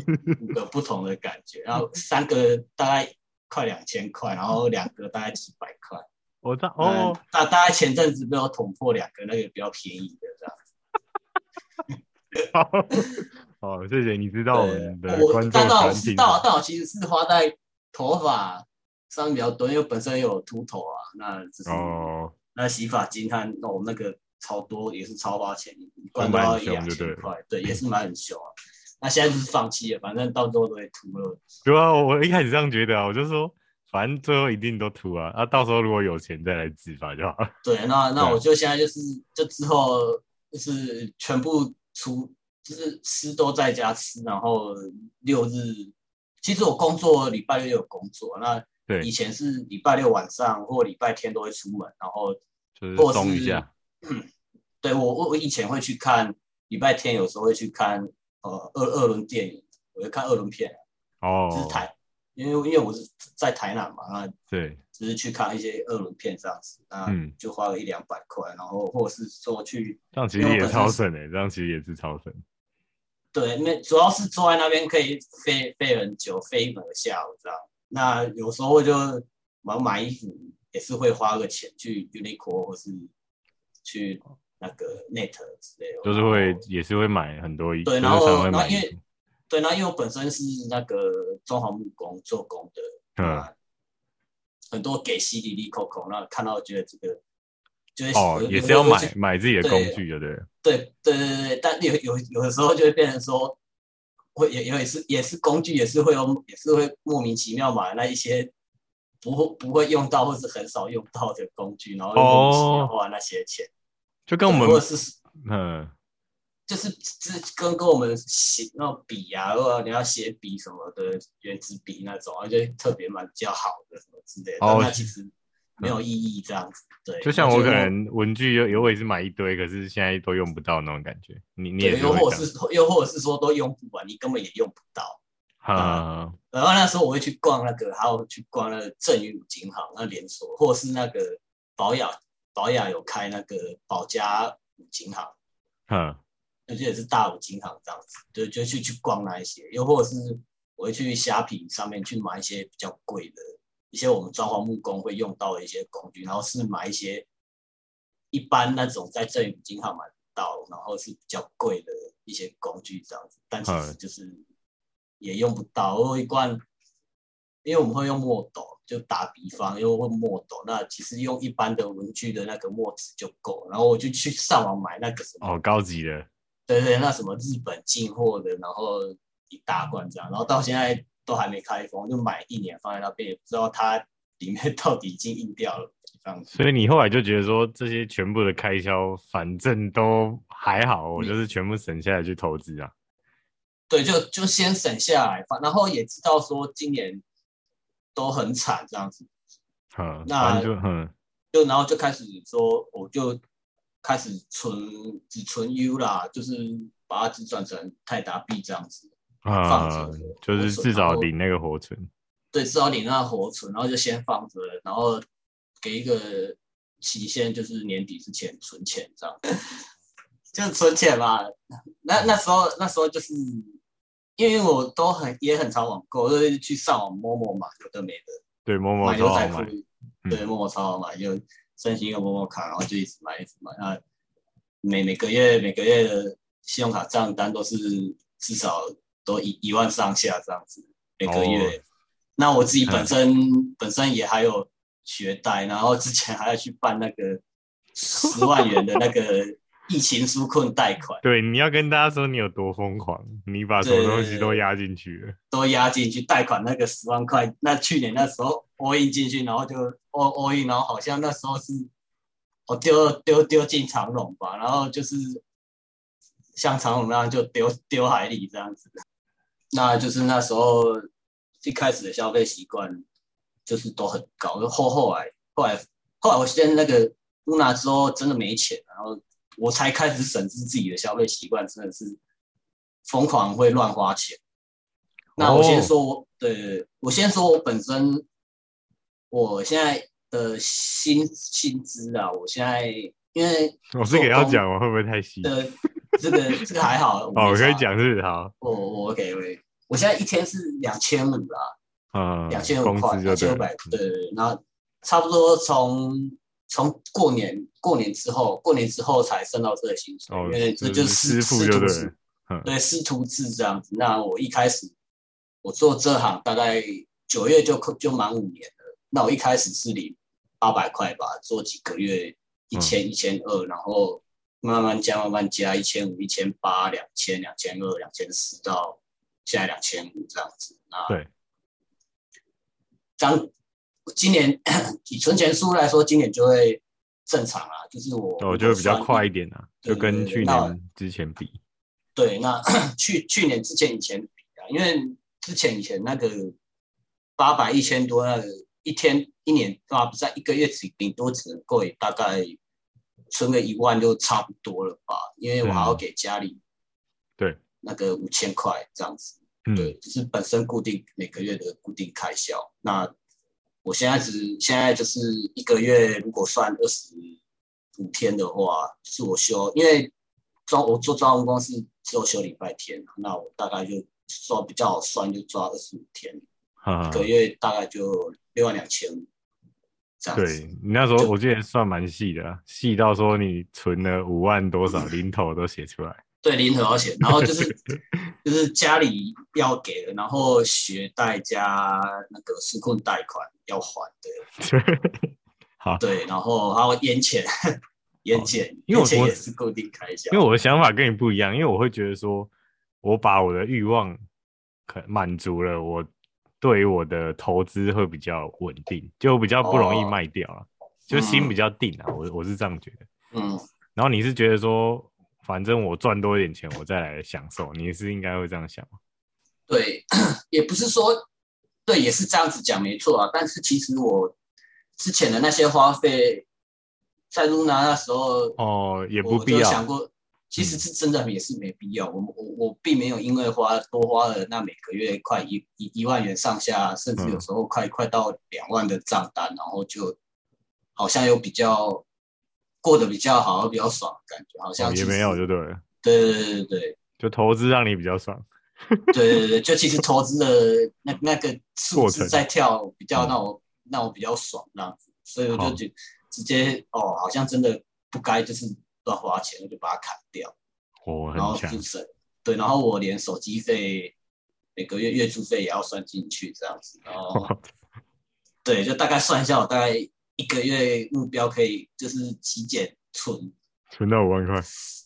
Speaker 2: 五个不同的感觉，然后三个大概快两千块，然后两个大概几百块。
Speaker 1: 我知道
Speaker 2: 嗯
Speaker 1: 哦，，
Speaker 2: 大大概前阵子被我捅破两个那个比较便宜的这样。
Speaker 1: 好，好，谢谢你知道我们的
Speaker 2: 对
Speaker 1: 观
Speaker 2: 我
Speaker 1: 众啊
Speaker 2: 但但
Speaker 1: 团
Speaker 2: 我
Speaker 1: 体
Speaker 2: 知。道，但我其实是花在头发上面比较多，因为本身有秃头啊，那就是、
Speaker 1: 哦，
Speaker 2: 那洗发精和哦那个超多也是超花钱，一罐
Speaker 1: 就
Speaker 2: 都
Speaker 1: 买
Speaker 2: 要
Speaker 1: 很哦
Speaker 2: 一
Speaker 1: 凶
Speaker 2: 两
Speaker 1: 就对
Speaker 2: 千
Speaker 1: 了
Speaker 2: 块，对，也是买很凶啊。那现在就是放弃了，反正到最后都会秃了。
Speaker 1: 对啊，我一开始这样觉得啊，我就说反正最后一定都吐啊。那、到时候如果有钱再来自发就好了。
Speaker 2: 对，那那
Speaker 1: 嗯对
Speaker 2: 我就现在就是就之后就是全部出就是吃都在家吃，然后六日其实我工作礼拜六也有工作，那
Speaker 1: 对
Speaker 2: 以，前是礼拜六晚上或礼拜天都会出门，然后
Speaker 1: 就是
Speaker 2: 或
Speaker 1: 松一
Speaker 2: 是
Speaker 1: 下。
Speaker 2: 对我我我以前会去看礼拜天，有时候会去看呃二二轮电影，我会看二轮片，就是
Speaker 1: 哦，
Speaker 2: 台，因为因为我是在台南嘛，那
Speaker 1: 对，
Speaker 2: 只是去看一些二轮片这样子，那
Speaker 1: 嗯，
Speaker 2: 就花了一两百块，然后或者是说去。
Speaker 1: 这样其
Speaker 2: 因
Speaker 1: 实
Speaker 2: 为我
Speaker 1: 也
Speaker 2: 本身
Speaker 1: 超
Speaker 2: 是
Speaker 1: 省诶、欸这样其实也是超省。
Speaker 2: 对，那主要是坐在那边可以飞飞很久，飞一整个下午这样。那有时候就我要买衣服，也是会花个钱去 Uniqlo 或是去那个 Net 之类的，
Speaker 1: 就是会也是会买很多衣，
Speaker 2: 哦对
Speaker 1: 就是
Speaker 2: 然后
Speaker 1: 常会
Speaker 2: 然后
Speaker 1: 买衣
Speaker 2: 因为
Speaker 1: 服
Speaker 2: 对，那因为我本身是那个中华木工做工的，
Speaker 1: 嗯，
Speaker 2: 那很多给西里里扣扣，那看到觉得这个就是
Speaker 1: 哦，
Speaker 2: 有
Speaker 1: 也
Speaker 2: 有
Speaker 1: 是要
Speaker 2: 有
Speaker 1: 买
Speaker 2: 些
Speaker 1: 买自己的
Speaker 2: 对
Speaker 1: 工具，就对了。
Speaker 2: 对对对对，对但有有有的时候就会变成说，会也也是也是工具，也是会有也是会莫名其妙买那一些不会不会用到或是很少用到的工具，然后又莫名其妙花那些钱，
Speaker 1: 就哦跟我们
Speaker 2: 或者是
Speaker 1: 嗯，
Speaker 2: 就是这跟跟我们写那种笔啊，或者你要写笔什么的圆珠笔那种，然后就特别买比较好的什么之类的，
Speaker 1: 哦
Speaker 2: 但那其实没有意义这样子。对，
Speaker 1: 就像我
Speaker 2: 那
Speaker 1: 可能文具有有我也是买一堆，可是现在都用不到那种感觉。你你也
Speaker 2: 对，
Speaker 1: 是
Speaker 2: 又
Speaker 1: 会
Speaker 2: 或
Speaker 1: 这
Speaker 2: 者
Speaker 1: 样
Speaker 2: 是又或者是说都用不完，你根本也用不到。
Speaker 1: 啊？
Speaker 2: 然后那时候我会去逛那个，还有去逛那个正宇五金行那连锁，或是那个保雅，保雅有开那个保家五金行，
Speaker 1: 嗯，
Speaker 2: 而且也是大五金行这样子，就就去去逛那一些，又或者是我会去虾皮上面去买一些比较贵的，一些我们装潢木工会用到的一些工具，然后是买一些一般那种在正宇五金行买不到，然后是比较贵的一些工具这样子，但其实
Speaker 1: 嗯
Speaker 2: 就是也用不到，我一罐。因为我们会用墨斗，就打比方，因为会墨斗，那其实用一般的文具的那个墨纸就够。然后我就去上网买那个什么
Speaker 1: 哦，高级的，
Speaker 2: 对对，那什么日本进货的，然后一大罐这样，然后到现在都还没开封，就买一年放在那边，也不知道它里面 到底已经硬掉了这样子。
Speaker 1: 所以你后来就觉得说这些全部的开销，反正都还好，我
Speaker 2: 嗯
Speaker 1: 就是全部省下来去投资啊。
Speaker 2: 对，就就先省下来，反然后也知道说今年都很惨这样子，
Speaker 1: 嗯，
Speaker 2: 那
Speaker 1: 反正就嗯，
Speaker 2: 就然后就开始说，我就开始存只存 U 啦，就是把它只转成泰达币这样子。放着
Speaker 1: 啊，就是至少领那个活存。
Speaker 2: 对，至少领那活存，然后就先放着，然后给一个期限，就是年底之前存钱，这样， 就是存钱嘛。那那时候那时候就是因为我都很也很常网购，就是去上网摸摸嘛，有的没的，
Speaker 1: 对，某某
Speaker 2: 买
Speaker 1: 超
Speaker 2: 牛
Speaker 1: 好
Speaker 2: 仔裤
Speaker 1: 买，，嗯
Speaker 2: 对，摸摸超好买，就申请一个摸摸卡，然后就一直买一直买。那每每个月每个月的信用卡账单都是至少都一一万上下这样子，每个月。
Speaker 1: 哦
Speaker 2: 那我自己本身、本身也还有学贷，然后之前还要去办那个十万元的那个疫情纾困贷款，
Speaker 1: 对，你要跟大家说你有多疯狂，你把什么东西都压进去了。
Speaker 2: 都压进去贷款那个十万块。那去年那时候 all in 进去，然后就 all all in，然后好像那时候是我丢丢丢进长龙吧，然后就是像长龙那样就丢丢海里这样子。那就是那时候一开始的消费习惯就是都很高，就后后来后来后来我现在那个露娜之后真的没钱，然后我才开始审视自己的消费习惯，真的是疯狂会乱花钱。那我
Speaker 1: 哦
Speaker 2: 先说我，对，我先说我本身，我现在的薪薪资啊，我现在因为
Speaker 1: 我是给要讲吗，会不会太细？
Speaker 2: 呃，这个这个还好，
Speaker 1: 哦，我
Speaker 2: 没
Speaker 1: 可以
Speaker 2: 查，
Speaker 1: 讲是不是好，
Speaker 2: 我我 OK，我哦我现在一天是两千五啊，
Speaker 1: 嗯，
Speaker 2: 两千五
Speaker 1: 工
Speaker 2: 块，
Speaker 1: 资就对
Speaker 2: 两千五
Speaker 1: 了嗯
Speaker 2: 百，对，然后差不多从从过年过年之后，过年之后才升到这个薪水，
Speaker 1: 哦
Speaker 2: 因为，这
Speaker 1: 就是
Speaker 2: 师
Speaker 1: 师傅
Speaker 2: 师
Speaker 1: 就
Speaker 2: 徒
Speaker 1: 对
Speaker 2: 制
Speaker 1: 了，嗯
Speaker 2: 对，师徒制这样子。那我一开始我做这行大概九月就扣就满五年了，那我一开始是领八百块吧，做几个月
Speaker 1: 嗯
Speaker 2: 一千一千二，然后慢慢加慢慢加一千五、一千八、两千、两千二、两千四到现在两千五这样子。那
Speaker 1: 对，
Speaker 2: 这样今年 以存钱速度来说，今年就会正常啊，就是我
Speaker 1: 我觉得哦比较快一
Speaker 2: 点。
Speaker 1: 点啊，
Speaker 2: 对
Speaker 1: 就
Speaker 2: 对
Speaker 1: 跟
Speaker 2: 对
Speaker 1: 去
Speaker 2: 那
Speaker 1: 年之前比，
Speaker 2: 对，那 去去年之前以前比啊，因为之前以前那个八百一千多那个一天一年啊，不是啊一个月只顶多只能够大概存个一万就差不多了吧，因为我还要
Speaker 1: 嗯
Speaker 2: 给家里
Speaker 1: 对
Speaker 2: 那个五千块这样子。
Speaker 1: 嗯
Speaker 2: 对，就是本身固定每个月的固定开销。那我现在只现在就是一个月，如果算二十五天的话，是我休，因为装我做装潢公司只有休礼拜天，啊那我大概就算比较好算，就抓二十五天，
Speaker 1: 哈
Speaker 2: 一个月大概就六万两千五这样
Speaker 1: 对
Speaker 2: 子。
Speaker 1: 你那时候
Speaker 2: 啊就
Speaker 1: 我记得算蛮细的啊，细到说你存了五万多 少，零头都写出来。
Speaker 2: 对，零和险，然后就是就是家里要给的，然后学贷加那个纾困贷款要还的，
Speaker 1: 好，
Speaker 2: 对，然后还有烟钱， 烟钱，
Speaker 1: 哦因为我
Speaker 2: 烟钱
Speaker 1: 我
Speaker 2: 也是固定开销，
Speaker 1: 因为我的想法跟你不一样，因为我会觉得说，我把我的欲望可满足了，我对于我的投资会比较稳定，就比较不容易
Speaker 2: 哦
Speaker 1: 卖掉啊，就心
Speaker 2: 嗯
Speaker 1: 比较定啊，我我是这样觉得。
Speaker 2: 嗯，
Speaker 1: 然后你是觉得说，反正我赚多一点钱，我再来享受，你是应该会这样想吗？
Speaker 2: 对， 也不是说对，也是这样子讲没错啊。但是其实我之前的那些花费，在露娜那时候，
Speaker 1: 哦，也
Speaker 2: 我
Speaker 1: 不
Speaker 2: 我
Speaker 1: 必
Speaker 2: 就
Speaker 1: 要。嗯
Speaker 2: 想过，其实是真的也是没必要。我我我并没有因为花多花了那每个月快一一一万元上下，甚至有
Speaker 1: 嗯
Speaker 2: 时候快、快到两万的账单，然后就好像又比较过得比较好，比较爽的感觉，好
Speaker 1: 哦、
Speaker 2: 像
Speaker 1: 也
Speaker 2: 其实
Speaker 1: 没有就对了，
Speaker 2: 对对对对
Speaker 1: 就投资让你比较爽。
Speaker 2: 对对对对，就其实投资的那那个数
Speaker 1: 过
Speaker 2: 字
Speaker 1: 程嗯
Speaker 2: 在跳，比较让我让我比较爽那样子，所以我
Speaker 1: 好
Speaker 2: 就觉直接哦，好像真的不该就是乱花钱，我就把它砍掉。
Speaker 1: 我、
Speaker 2: 然后
Speaker 1: 哦很强
Speaker 2: 就，省，对，然后我连手机费每个月月租费也要算进去这样子，然后
Speaker 1: 哦
Speaker 2: 对，就大概算一下，我大概一个月目标可以就是极简存，
Speaker 1: 存到五万块，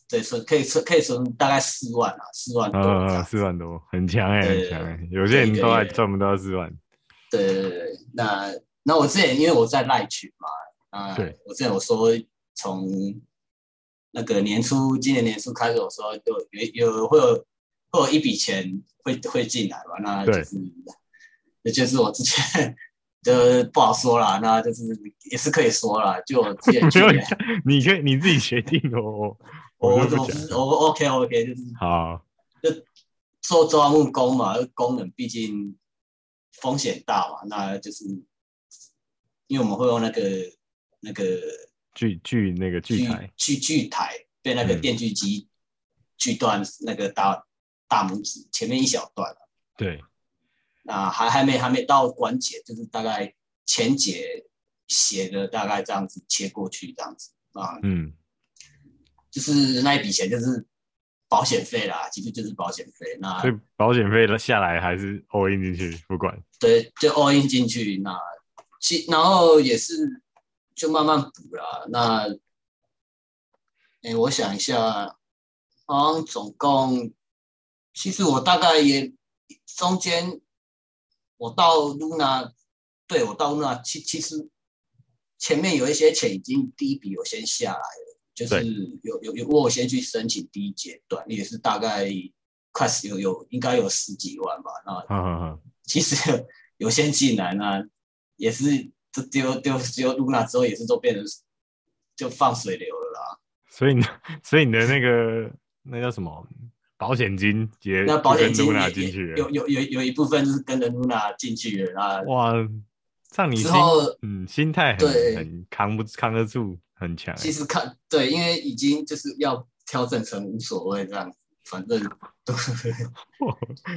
Speaker 2: 对，存可以存可以存大概四万啊，四万多这
Speaker 1: 呃，
Speaker 2: 样子，
Speaker 1: 四万多，很强哎、
Speaker 2: 对
Speaker 1: 很强哎、有些人都还赚不到四万，
Speaker 2: 对对对对，那那我之前因为我在赖群嘛，啊
Speaker 1: 对，
Speaker 2: 我之前有说从那个年初，今年年初开始，我说就有有会有会有一笔钱会会进来嘛，那就是那就是我之前就不好说啦，那就是也是可以说啦，就我之前去
Speaker 1: 没有
Speaker 2: 年，
Speaker 1: 你可以你自己决定哦。我
Speaker 2: 我
Speaker 1: 我
Speaker 2: 我
Speaker 1: 就不
Speaker 2: 我
Speaker 1: 讲
Speaker 2: 哦是我 OK OK，就是
Speaker 1: 好，
Speaker 2: 做做木工嘛，工人毕竟风险大嘛，那就是因为我们会用那个那个
Speaker 1: 聚聚那个聚财，
Speaker 2: 锯锯台被那个
Speaker 1: 嗯
Speaker 2: 电锯机锯断那个大大拇指前面一小段，
Speaker 1: 对，
Speaker 2: 那还还没还没到关节，就是大概前节斜的大概这样子切过去这样子啊，
Speaker 1: 嗯，
Speaker 2: 就是那一笔钱就是保险费啦，其实就是保险费。那
Speaker 1: 所以保险费下来还是 all in 进去，不管，
Speaker 2: 对，就 all in 进去，那其然后也是就慢慢补啦。那，哎、我想一下，好像总共，其实我大概也中间，我到 Luna，对我到 Luna，其其实前面有一些钱已经第一笔我先下来了，就是有有有我有先去申请第一阶段，也是大概快十有有应该有十几万吧，那。
Speaker 1: 哈哈哈，
Speaker 2: 其实 有些技能啊，也是这丢丢丢露娜之后，也是都变成就放水流了啦。
Speaker 1: 所以你所以你的那个那叫什么保险金也
Speaker 2: 那保险金
Speaker 1: 就
Speaker 2: 也
Speaker 1: 跟 Luna
Speaker 2: 也
Speaker 1: 进去
Speaker 2: 有
Speaker 1: 了，
Speaker 2: 有有有一部分就是跟着露娜进去了啦。
Speaker 1: 哇，让你
Speaker 2: 之
Speaker 1: 心
Speaker 2: 后
Speaker 1: 嗯心态很
Speaker 2: 对
Speaker 1: 很扛不扛得住，很强欸、
Speaker 2: 其实看对，因为已经就是要调整成无所谓这样子，反正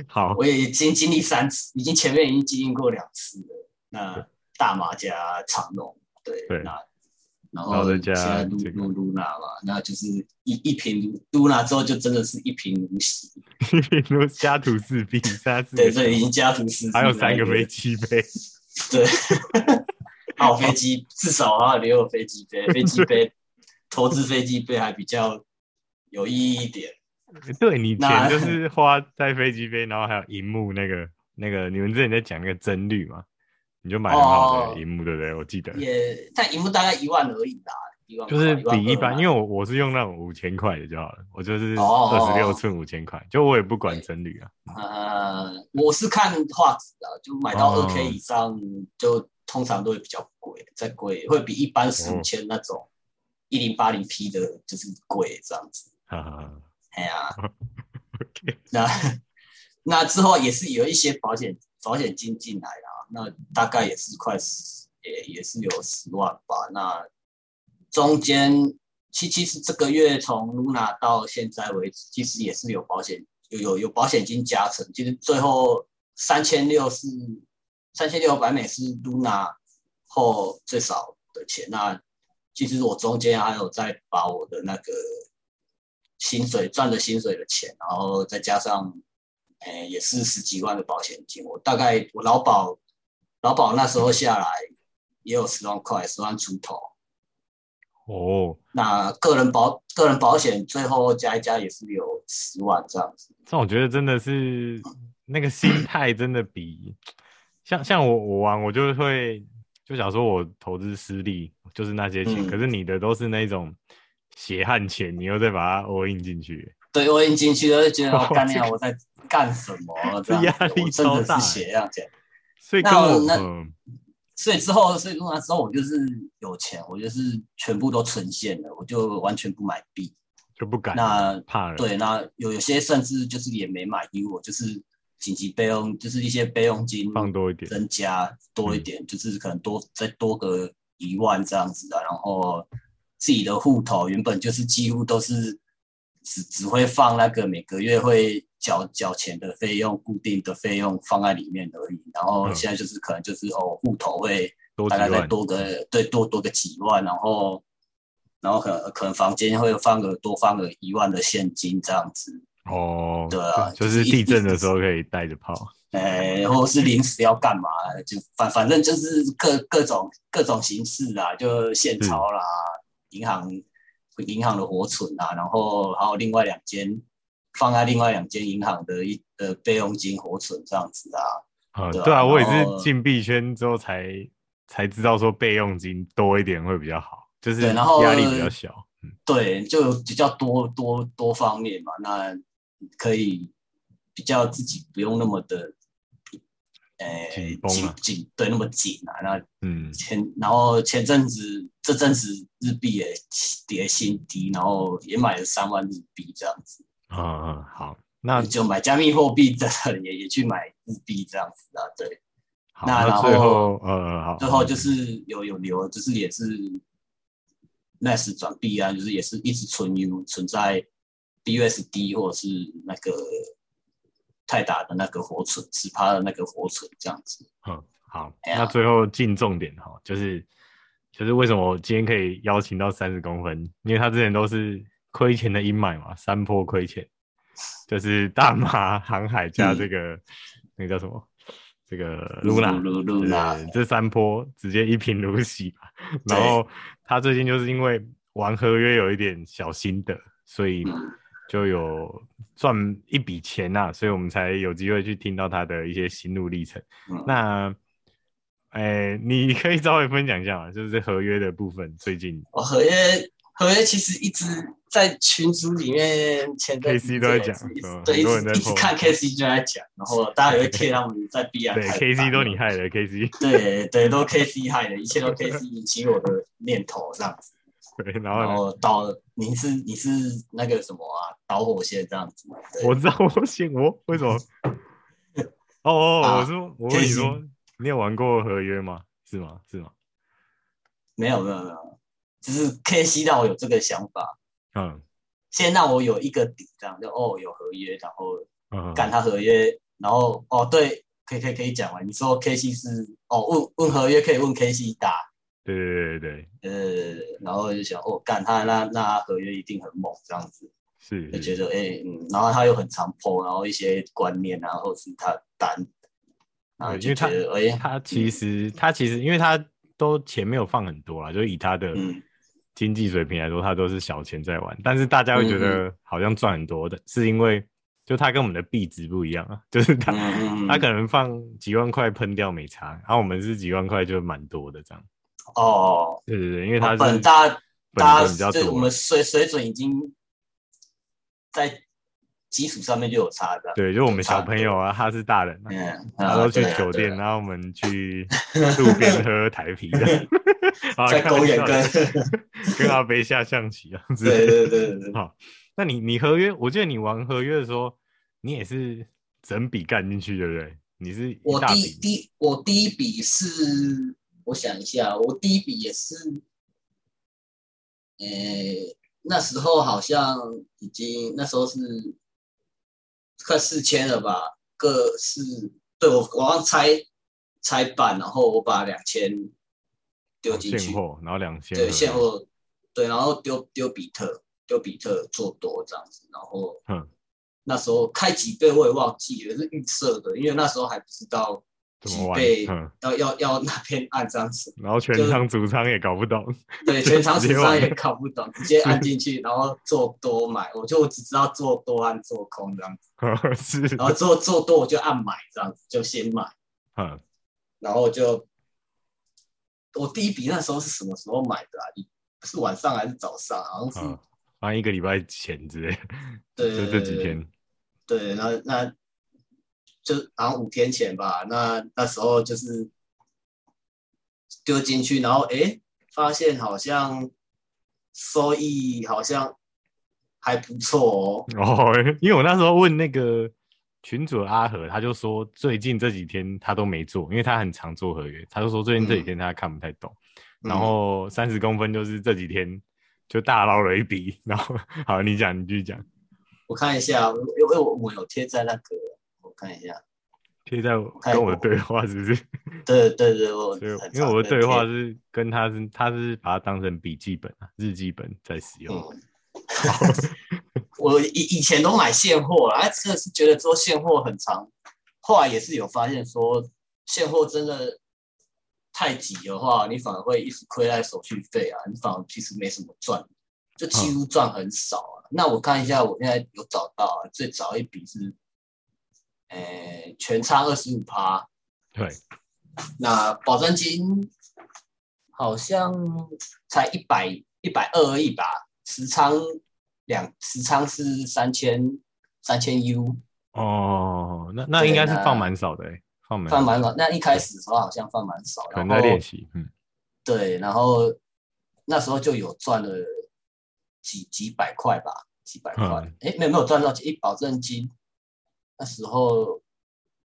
Speaker 1: 好，
Speaker 2: 我也已经经历三次，已经前面已经经历过两次了。那大马加长龙，对，
Speaker 1: 对
Speaker 2: 那
Speaker 1: 然
Speaker 2: 然后
Speaker 1: 后再
Speaker 2: 现
Speaker 1: 加
Speaker 2: 在露
Speaker 1: 这个
Speaker 2: 露露娜嘛，那就是一一瓶露娜之后就真的是一瓶无息，
Speaker 1: 比如家徒四壁，三四
Speaker 2: 对，
Speaker 1: 个
Speaker 2: 这已经家徒四壁，
Speaker 1: 还有三个飞，机杯，
Speaker 2: 对，还有飞机，至少还有留有飞机杯，飞机杯投资飞机杯还比较有意义一点，
Speaker 1: 对你
Speaker 2: 那
Speaker 1: 钱就是花在飞机杯，然后还有荧幕那个那个，你们之前在讲那个帧率嘛？你就买很好
Speaker 2: 哦
Speaker 1: 的荧幕，对不对？我记得
Speaker 2: 也但荧幕大概一万而已啦，一万
Speaker 1: 就是
Speaker 2: 块
Speaker 1: 比一般，因为
Speaker 2: 为
Speaker 1: 我我是用那种五千块的就好了，我就是
Speaker 2: 哦哦哦
Speaker 1: 二十六寸五千块，就我也不管帧率啊。
Speaker 2: 呃我是看画质啊，就买到
Speaker 1: 哦
Speaker 2: 二 K 以上就通常都会比较贵，再贵会比一般十五千那种一零八零 P 的就是贵这样子。
Speaker 1: 哈哈哈。
Speaker 2: 哎呀，
Speaker 1: OK，
Speaker 2: 那 那之后也是有一些保险保险金进来啦，那大概也是快十，也也是有十万吧。那中间其其实这个月从露娜到现在为止，其实也是有保险有有有保险金加成，其实最后三千六是三千六百美是露娜后最少的钱。那其实我中间还有在把我的那个薪水赚的薪水的钱，然后再加上，诶、也是十几万的保险金，我大概我劳保劳保那时候下来也有十万块，十万出头。
Speaker 1: 哦，
Speaker 2: 那个人保个人保险最后加一加也是有十万这样子。
Speaker 1: 但我觉得真的是那个心态真的比像像我我玩我就会就想说我投资失利就是那些钱，
Speaker 2: 嗯
Speaker 1: 可是你的都是那种血汗钱，你又再把它 all in 进去，
Speaker 2: 对我已经进去了，就觉得
Speaker 1: 哇
Speaker 2: 我干
Speaker 1: 这
Speaker 2: 掉
Speaker 1: 个
Speaker 2: 我在干什么这
Speaker 1: 这
Speaker 2: 样
Speaker 1: 压
Speaker 2: 子，
Speaker 1: 力
Speaker 2: 我真
Speaker 1: 超大
Speaker 2: 的是血样钱。
Speaker 1: 所以跟
Speaker 2: 那
Speaker 1: 我
Speaker 2: 那
Speaker 1: 嗯
Speaker 2: 所以之后，所以弄完之后，我就是有钱，我就是全部都存现了，我就完全不买币。
Speaker 1: 就不敢
Speaker 2: 那
Speaker 1: 怕了，
Speaker 2: 对，那有有些甚至就是也没买 U，我就是紧急备用，就是一些备用金
Speaker 1: 放嗯多一点，
Speaker 2: 增加多一点，就是可能多再多个一万这样子的。啊然后自己的户头原本就是几乎都是只只会放那个每个月会缴缴钱的费用，固定的费用放在里面而已。然后
Speaker 1: 嗯
Speaker 2: 现在就是可能就是哦，户头会
Speaker 1: 多几
Speaker 2: 大概再
Speaker 1: 万，
Speaker 2: 多个对多多个几万，然后然后可能可能房间会放个多放个一万的现金这样子，
Speaker 1: 哦，
Speaker 2: 对啊
Speaker 1: 就
Speaker 2: 就是是一
Speaker 1: 地震的时候可以带着泡，
Speaker 2: 呃，或者是临时要干嘛，就反反正就是各各种各种形式啊，就现钞啦，银行银行的活存啊，然后还有另外两间放在另外两间银行的一呃备用金活存这样子啊，
Speaker 1: 啊，
Speaker 2: 对啊
Speaker 1: 对啊，我也
Speaker 2: 然
Speaker 1: 是
Speaker 2: 后
Speaker 1: 进币圈之后才才知道说备用金多一点会比较好，就是
Speaker 2: 对然后
Speaker 1: 压力比较小，
Speaker 2: 对，就比较多多多方面嘛，那可以比较自己不用那么的，呃，
Speaker 1: 紧绷啊
Speaker 2: 紧紧对那么紧啊。那
Speaker 1: 嗯，
Speaker 2: 前然后前阵子这阵子日币也跌新低，然后也买了三万日币这样子，
Speaker 1: 啊啊，好，那
Speaker 2: 就买加密货币的也也去买日币这样子啊，对。
Speaker 1: 好，
Speaker 2: 那然
Speaker 1: 那
Speaker 2: 后
Speaker 1: 最后呃，好，
Speaker 2: 最后就是有有留，就是也是 NAS 转币啊，就是也是一直存 U 存在 BUSD 或者是那个泰达的那个活存，十趴的那个活存这样子。
Speaker 1: 嗯，好，
Speaker 2: 哎呀
Speaker 1: 那最后进重点哈，就是就是为什么我今天可以邀请到三十公分，因为他之前都是亏钱的阴霾嘛，山坡亏钱，就是大麻、航海加
Speaker 2: 嗯
Speaker 1: 这个、那个叫什么？这个露娜，
Speaker 2: 露露娜
Speaker 1: 对，这三波直接一贫如洗吧。
Speaker 2: 对
Speaker 1: 然后他最近就是因为玩合约有一点小心得，所以
Speaker 2: 嗯
Speaker 1: 就有赚一笔钱呐、所以我们才有机会去听到他的一些心路历程。
Speaker 2: 嗯，
Speaker 1: 那，哎、你可以稍微分享一下嘛，就是合约的部分，最近
Speaker 2: 我哦合约合约其实一直在群组里面，前阵
Speaker 1: KC
Speaker 2: 子
Speaker 1: 都在
Speaker 2: 一直
Speaker 1: 讲
Speaker 2: 一直
Speaker 1: 嗯
Speaker 2: 对，
Speaker 1: 很
Speaker 2: 一
Speaker 1: 多人在
Speaker 2: 直一直
Speaker 1: po
Speaker 2: 看 KC 就在讲，然后大家也会贴他们在 B 啊，
Speaker 1: 对 KC 都你害的 KC，
Speaker 2: 对对，都 KC 害的，一切都 KC 引起我的念头这样子。
Speaker 1: 对，然后
Speaker 2: 然
Speaker 1: 呢，
Speaker 2: 后导你是你是那个什么啊，导火线这样子。对
Speaker 1: 我知道我信我为什么？哦哦，
Speaker 2: 啊
Speaker 1: 我说我问你
Speaker 2: KC
Speaker 1: 说，你有玩过合约吗？是吗？是吗？
Speaker 2: 没有没有没有，只是 K C 让我有这个想法，
Speaker 1: 嗯
Speaker 2: 先让我有一个底，这样就哦有合约，然后
Speaker 1: 嗯，
Speaker 2: 干他合约，然后哦对，可以可以可以讲完。你说 K C 是哦问问合约可以问 K C 打，
Speaker 1: 对对对对对，
Speaker 2: 呃，然后就想哦干他那那他合约一定很猛这样子。
Speaker 1: 是
Speaker 2: 就觉
Speaker 1: 是
Speaker 2: 得哎、嗯，然后他又很常 PO，然后一些观念啊，或是他单，然后
Speaker 1: 对因为
Speaker 2: 就
Speaker 1: 他
Speaker 2: 觉得哎、
Speaker 1: 他其实他其实因为他都钱没有放很多啦，就以他的
Speaker 2: 嗯
Speaker 1: 经
Speaker 2: 嗯
Speaker 1: 济水平来说，他都是小钱在玩，但是大家会觉得好像赚很多的，是因为就它跟我们的币值不一样啊， 就是它、
Speaker 2: 嗯嗯
Speaker 1: 它
Speaker 2: 嗯，
Speaker 1: 可能放几万块喷掉没差，然、后我们是几万块就蛮多的这样。
Speaker 2: 哦，
Speaker 1: 对对对，因为它是
Speaker 2: 本大大
Speaker 1: 本比较
Speaker 2: 家这
Speaker 1: 多
Speaker 2: 我
Speaker 1: 啊
Speaker 2: 们
Speaker 1: 嘛，
Speaker 2: 水水准已经在基础上面就有差的，
Speaker 1: 对，就我们小朋友啊，他是大人、啊，
Speaker 2: 嗯，
Speaker 1: 然
Speaker 2: 啊
Speaker 1: 后去
Speaker 2: 对啊
Speaker 1: 酒
Speaker 2: 对啊
Speaker 1: 店， 然后我们去路边喝台啤 的， 好啊
Speaker 2: 在
Speaker 1: 开玩
Speaker 2: 公园
Speaker 1: 笑
Speaker 2: 跟
Speaker 1: 的跟阿飞下象棋啊之类的。
Speaker 2: 对对对对对，
Speaker 1: 那你你合约，我记得你玩合约的时候，你也是整笔干进去，对不对？你是一
Speaker 2: 我
Speaker 1: 大
Speaker 2: 第
Speaker 1: 笔，
Speaker 2: 第我第一笔是，我想一下，我第一笔也是，呃、那时候好像已经那时候是快四千了吧，各是对我我好像拆拆半，然后我把两千丢进去
Speaker 1: 哦现，货，然后两千，
Speaker 2: 对现，货，对，然后丢丢比特，丢比特做多这样子，然后
Speaker 1: 嗯
Speaker 2: 那时候开几倍我也忘记了，是预设的，因为那时候还不知道
Speaker 1: 怎
Speaker 2: 几
Speaker 1: 么玩？
Speaker 2: 倍
Speaker 1: 嗯，
Speaker 2: 要要要那边按这样子，
Speaker 1: 然后全
Speaker 2: 就是
Speaker 1: 仓主仓也搞不懂，
Speaker 2: 对，全场
Speaker 1: 直
Speaker 2: 死
Speaker 1: 接
Speaker 2: 伤
Speaker 1: 往
Speaker 2: 也搞不懂，直接按进去，然后做多买，我就只知道做多按做空这样子，
Speaker 1: 是，
Speaker 2: 然后做做多我就按买这样子，就先买，
Speaker 1: 嗯，
Speaker 2: 然后就我第一笔那时候是什么时候买的啊？是晚上还是早上？啊好像是、
Speaker 1: 嗯，反正一个礼拜前之类的，
Speaker 2: 对
Speaker 1: 就这几天，
Speaker 2: 对，那那就好像五天前吧，那那时候就是丢进去，然后诶，发现好像收益好像还不错哦。
Speaker 1: 哦，因为我那时候问那个群主的阿和，他就说最近这几天他都没做，因为他很常做合约，他就说最近这
Speaker 2: 嗯
Speaker 1: 几天他看不太懂。然后三十公分就是这几天就大捞了一笔，然后好，你讲，你继续讲，
Speaker 2: 嗯我看一下，我因为我我有贴在那个，我看一下，
Speaker 1: 贴在我
Speaker 2: 太
Speaker 1: 跟我
Speaker 2: 过
Speaker 1: 的对话是不 是？
Speaker 2: 对对对，我
Speaker 1: 所以
Speaker 2: 哎很
Speaker 1: 因为
Speaker 2: 常
Speaker 1: 我的
Speaker 2: 在
Speaker 1: 对
Speaker 2: 贴
Speaker 1: 话是跟他是他是把它当成笔记本啊，日记本在使用。
Speaker 2: 嗯，我以以前都买现货啦，啊真的是觉得做现货很长。后来也是有发现说，现货真的太急的话，你反而会一直亏在手续费啊，你反而其实没什么赚，就几乎赚很少啊。那我看一下，我现在有找到、啊、最早一笔是，呃，全差二十五趴，
Speaker 1: 对，
Speaker 2: 那保证金好像才一百一百二而已吧，持仓两持仓是三千三千 U，
Speaker 1: 哦，那那应该是放蛮少的、欸，放蛮
Speaker 2: 放哦蛮少。那一开始的时候好像放蛮少，
Speaker 1: 可
Speaker 2: 然
Speaker 1: 能
Speaker 2: 后
Speaker 1: 在练习，嗯，
Speaker 2: 对，然后那时候就有赚了几几百块吧，几百块
Speaker 1: 嗯。
Speaker 2: 哎、没有没有赚到钱，一保证金那时候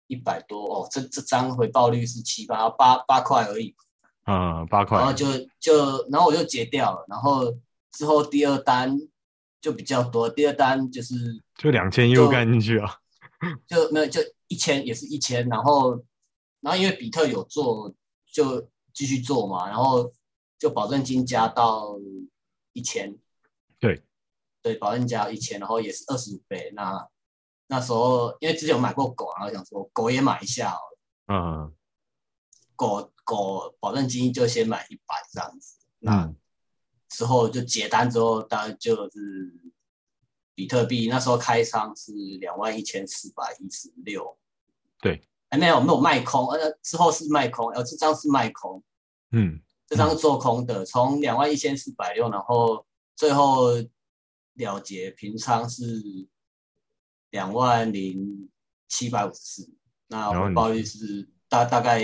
Speaker 2: 一百多哦，这这张回报率是七八八八块而已。
Speaker 1: 嗯，八块
Speaker 2: 然，后就就然后我就结掉了，然后之后第二单就比较多，第二单就是
Speaker 1: 就两千又干进去啊，
Speaker 2: 就没有就一千也是一千，然后然后因为比特有做就继续做嘛，然后就保证金加到一千，
Speaker 1: 对
Speaker 2: 对，保证金加到一千，然后也是二十五倍。那那时候因为之前有买过狗，啊然后想说狗也买一下哦，
Speaker 1: 嗯，
Speaker 2: 狗狗保证金就先买一百这样子，那。
Speaker 1: 嗯，
Speaker 2: 之后就结单之后，当然就是比特币那时候开仓是两万一千四百一十六，
Speaker 1: 对，
Speaker 2: 还没有没有卖空，呃，之后是卖空，呃，这张是卖空，
Speaker 1: 嗯，
Speaker 2: 这张是做空的，从两万一千四百六，然后最后了结平仓是两万零七百五十四，那
Speaker 1: 然后
Speaker 2: 回
Speaker 1: 你
Speaker 2: 报率是大大概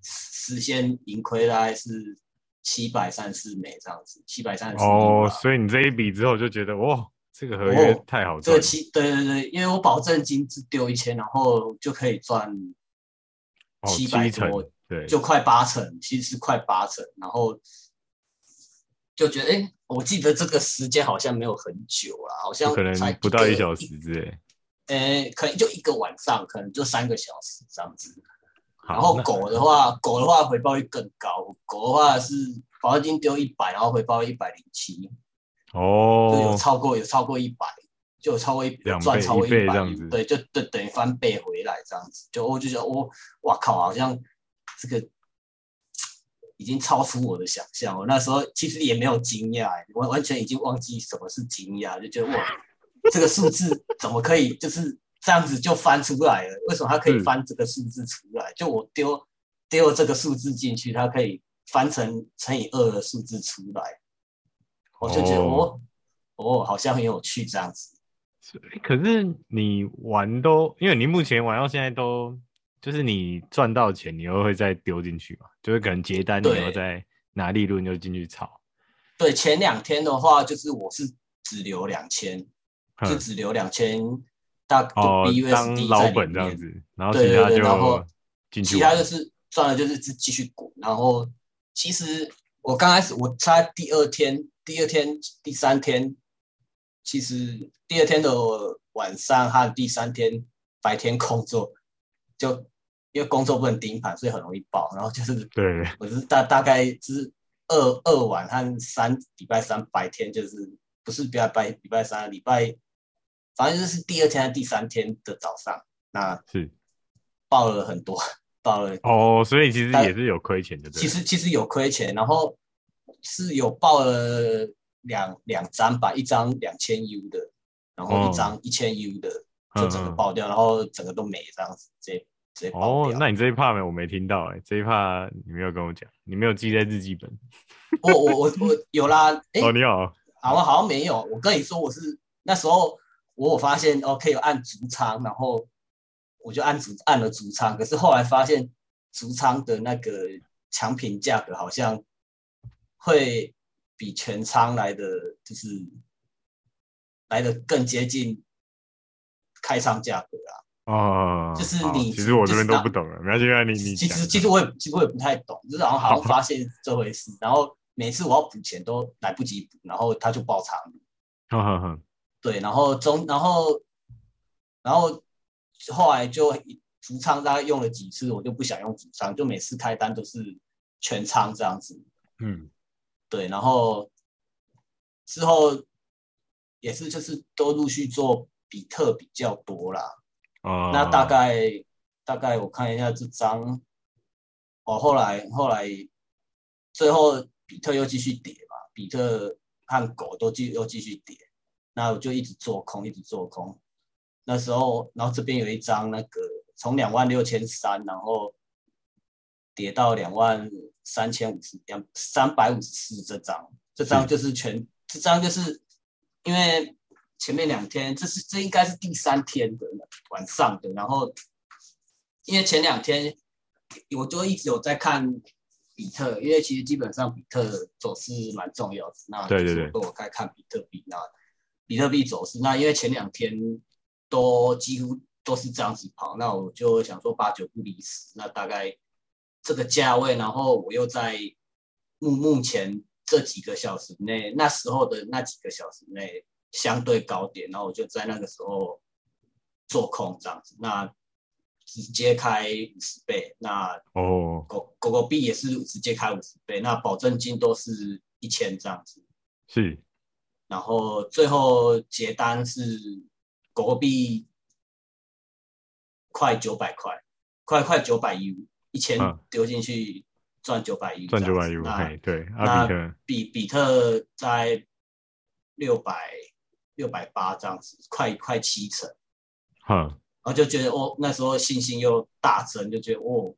Speaker 2: 实实现盈亏大概是七百三十四美这样子，七百三十四
Speaker 1: 哦，所以你这一笔之后就觉得，哇，这个合约
Speaker 2: 哦
Speaker 1: 太好赚
Speaker 2: 这个
Speaker 1: 了，
Speaker 2: 七对对对，因为我保证金只丢一千，然后就可以赚
Speaker 1: 哦，
Speaker 2: 七
Speaker 1: 七
Speaker 2: 百
Speaker 1: 成
Speaker 2: 多，
Speaker 1: 对，
Speaker 2: 就快八成，其实是快八成，然后就觉得，哎、我记得这个时间好像没有很久啦，好像
Speaker 1: 就可能
Speaker 2: 才
Speaker 1: 不到
Speaker 2: 一
Speaker 1: 一
Speaker 2: 个
Speaker 1: 小，时之类。
Speaker 2: 呃、可能就一个晚上，可能就三个小时这样子。
Speaker 1: 好
Speaker 2: 然后
Speaker 1: 那
Speaker 2: 狗的话，狗的话回报率更高，狗的话是保证金丢一百，然后回报一百零七，就有
Speaker 1: 哦，
Speaker 2: 超过有超过一百，就有超过一
Speaker 1: 两倍
Speaker 2: 赚超过
Speaker 1: 一倍
Speaker 2: 百
Speaker 1: 这样子，
Speaker 2: 对，就就等于翻倍回来这样子，就我就觉得我哇靠，好像这个已经超出我的想象。我那时候其实也没有惊讶、欸，完完全已经忘记什么是惊讶，就觉得哇，这个数字怎么可以就是这样子就翻出来了？为什么它可以
Speaker 1: 是
Speaker 2: 翻这个数字出来？就我丢丢这个数字进去，它可以翻成乘以二的数字出来，我就觉得
Speaker 1: 哦
Speaker 2: 哦哦，好像很有趣这样子。
Speaker 1: 可是你玩都，因为你目前玩到现在都，就是你赚到钱，你又会再丢进去嘛，就是可能结单，你
Speaker 2: 对
Speaker 1: 又再拿利润就进去炒。
Speaker 2: 对，前两天的话，就是我是只留两千，就
Speaker 1: 嗯
Speaker 2: 只留两千，大就
Speaker 1: 哦，
Speaker 2: BUSD
Speaker 1: 当
Speaker 2: 在
Speaker 1: 老
Speaker 2: 里
Speaker 1: 本这
Speaker 2: 面
Speaker 1: 样子，然后
Speaker 2: 对
Speaker 1: 其
Speaker 2: 对
Speaker 1: 他
Speaker 2: 对然
Speaker 1: 就
Speaker 2: 后
Speaker 1: 进去
Speaker 2: 其他
Speaker 1: 玩。
Speaker 2: 就是算了，就是继继续滚。然后其实我刚开始，我差第二天、第二天、第三天，其实第二天的晚上和第三天白天工作，就因为工作不能盯盘，所以很容易爆。然后就是
Speaker 1: 对，
Speaker 2: 我是大大概就是二二晚和三礼拜三白天，就是不是礼拜拜礼拜三礼拜，反正就是第二天和第三天的早上，那
Speaker 1: 是
Speaker 2: 爆了很多，爆了
Speaker 1: 哦，所以其实
Speaker 2: 但
Speaker 1: 也是有亏钱的，对
Speaker 2: 其
Speaker 1: 了。
Speaker 2: 实其实有亏钱，然后是有报了两两张吧，一张两千 U 的，然后
Speaker 1: 哦
Speaker 2: 一张一千 U 的，
Speaker 1: 嗯
Speaker 2: 就整个
Speaker 1: 嗯
Speaker 2: 爆掉，然后整个都没这样子，直接直接爆
Speaker 1: 哦
Speaker 2: 掉。，
Speaker 1: 那你这一趴没我没听到哎、这一趴你没有跟我讲，你没有记在日记本。
Speaker 2: 我我我我有啦，诶，
Speaker 1: 哦，你有
Speaker 2: 好像好像没有。我跟你说，我是那时候我有发现哦，可以按足仓，然后我就按足按了足仓，可是后来发现足仓的那个强品价格好像会比全仓来的就是来的更接近开仓价格啊。
Speaker 1: 哦，
Speaker 2: 就是
Speaker 1: 好
Speaker 2: 你
Speaker 1: 其实我这
Speaker 2: 就是
Speaker 1: 边都
Speaker 2: 那
Speaker 1: 不懂了，没关系，没关系，你你
Speaker 2: 其
Speaker 1: 讲
Speaker 2: 实其实我也其实我也不太懂，就是好像好像发现这回事，然后每次我要补钱都来不及补，然后它就爆仓了。
Speaker 1: 哼哼哼
Speaker 2: 对，然后中，然后，然后后来就主仓大概用了几次，我就不想用主仓，就每次开单都是全仓这样子。
Speaker 1: 嗯，
Speaker 2: 对，然后之后也是就是都陆续做比特比较多啦。
Speaker 1: 哦，
Speaker 2: 那大概大概我看一下这张，哦，后来后来最后比特又继续跌嘛，比特和狗都继又继续跌，那我就一直做空，一直做空。那时候，然后这边有一张那个从两万六千三，然后跌到两万三千五十两三百五十四这张，这张就是全这张就是因为前面两天，这是这应该是第三天的晚上的，然后因为前两天我就一直有在看比特，因为其实基本上比特走势蛮重要的，那
Speaker 1: 对对
Speaker 2: 就是
Speaker 1: 对
Speaker 2: 我都有在看比特币，那比特币走势，那因为前两天都几乎都是这样子跑，那我就想说八九不离十，那大概这个价位，然后我又在目目前这几个小时内，那时候的那几个小时内相对高点，然后我就在那个时候做空这样子，那直接开五十倍，那
Speaker 1: 哦，
Speaker 2: 狗狗狗币也是直接开五十倍，那保证金都是一千这样子，
Speaker 1: 是
Speaker 2: 然后最后结单是狗狗币快九百块，快快九百 U，一千
Speaker 1: 嗯
Speaker 2: 丢进去赚九百 U，
Speaker 1: 赚九百 U，
Speaker 2: U，
Speaker 1: 嘿，对，阿
Speaker 2: 那
Speaker 1: 比特，
Speaker 2: 比比特在六百六百八这样子，快快七成，
Speaker 1: 哼，
Speaker 2: 然后就觉得哦，那时候信心又大增，就觉得哦，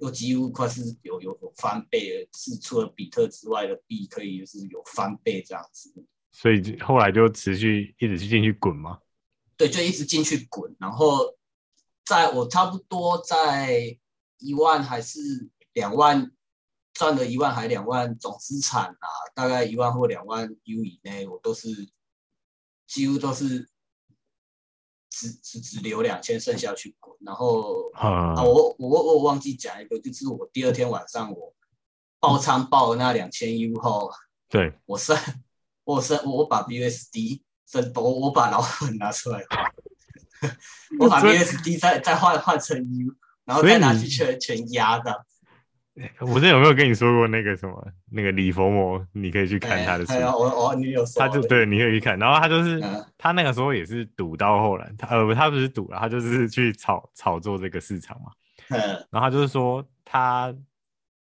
Speaker 2: 又几乎快是有有有翻倍了，是除了比特之外的币可以就是有翻倍这样子，
Speaker 1: 所以就后来就持续一直去进去滚嘛，
Speaker 2: 对，就一直进去滚，然后在我差不多在一万还是两万赚了一万还两万总资产啊，大概一万或两万 U 以内，我都是几乎都是只只只留两千，剩下去滚。然后
Speaker 1: 哼
Speaker 2: 啊，，我我我我忘记讲一个，就是我第二天晚上我爆仓爆了那两千 U 后，
Speaker 1: 对，
Speaker 2: 我剩我剩我我把 BUSD 剩我我把老本拿出来换，我把
Speaker 1: 所以
Speaker 2: BUSD 再再换换成 U，然后再拿去全全压的。
Speaker 1: 我之前有没有跟你说过那个什么那个李佛摩，你可以去看
Speaker 2: 哎
Speaker 1: 他的书
Speaker 2: 哎，呀我我你有说
Speaker 1: 他就对，你可以去看。然后他就是、
Speaker 2: 嗯
Speaker 1: 他那个时候也是赌到后来，他呃他不是赌了，他就是去炒炒作这个市场嘛。
Speaker 2: 嗯
Speaker 1: 然后他就是说他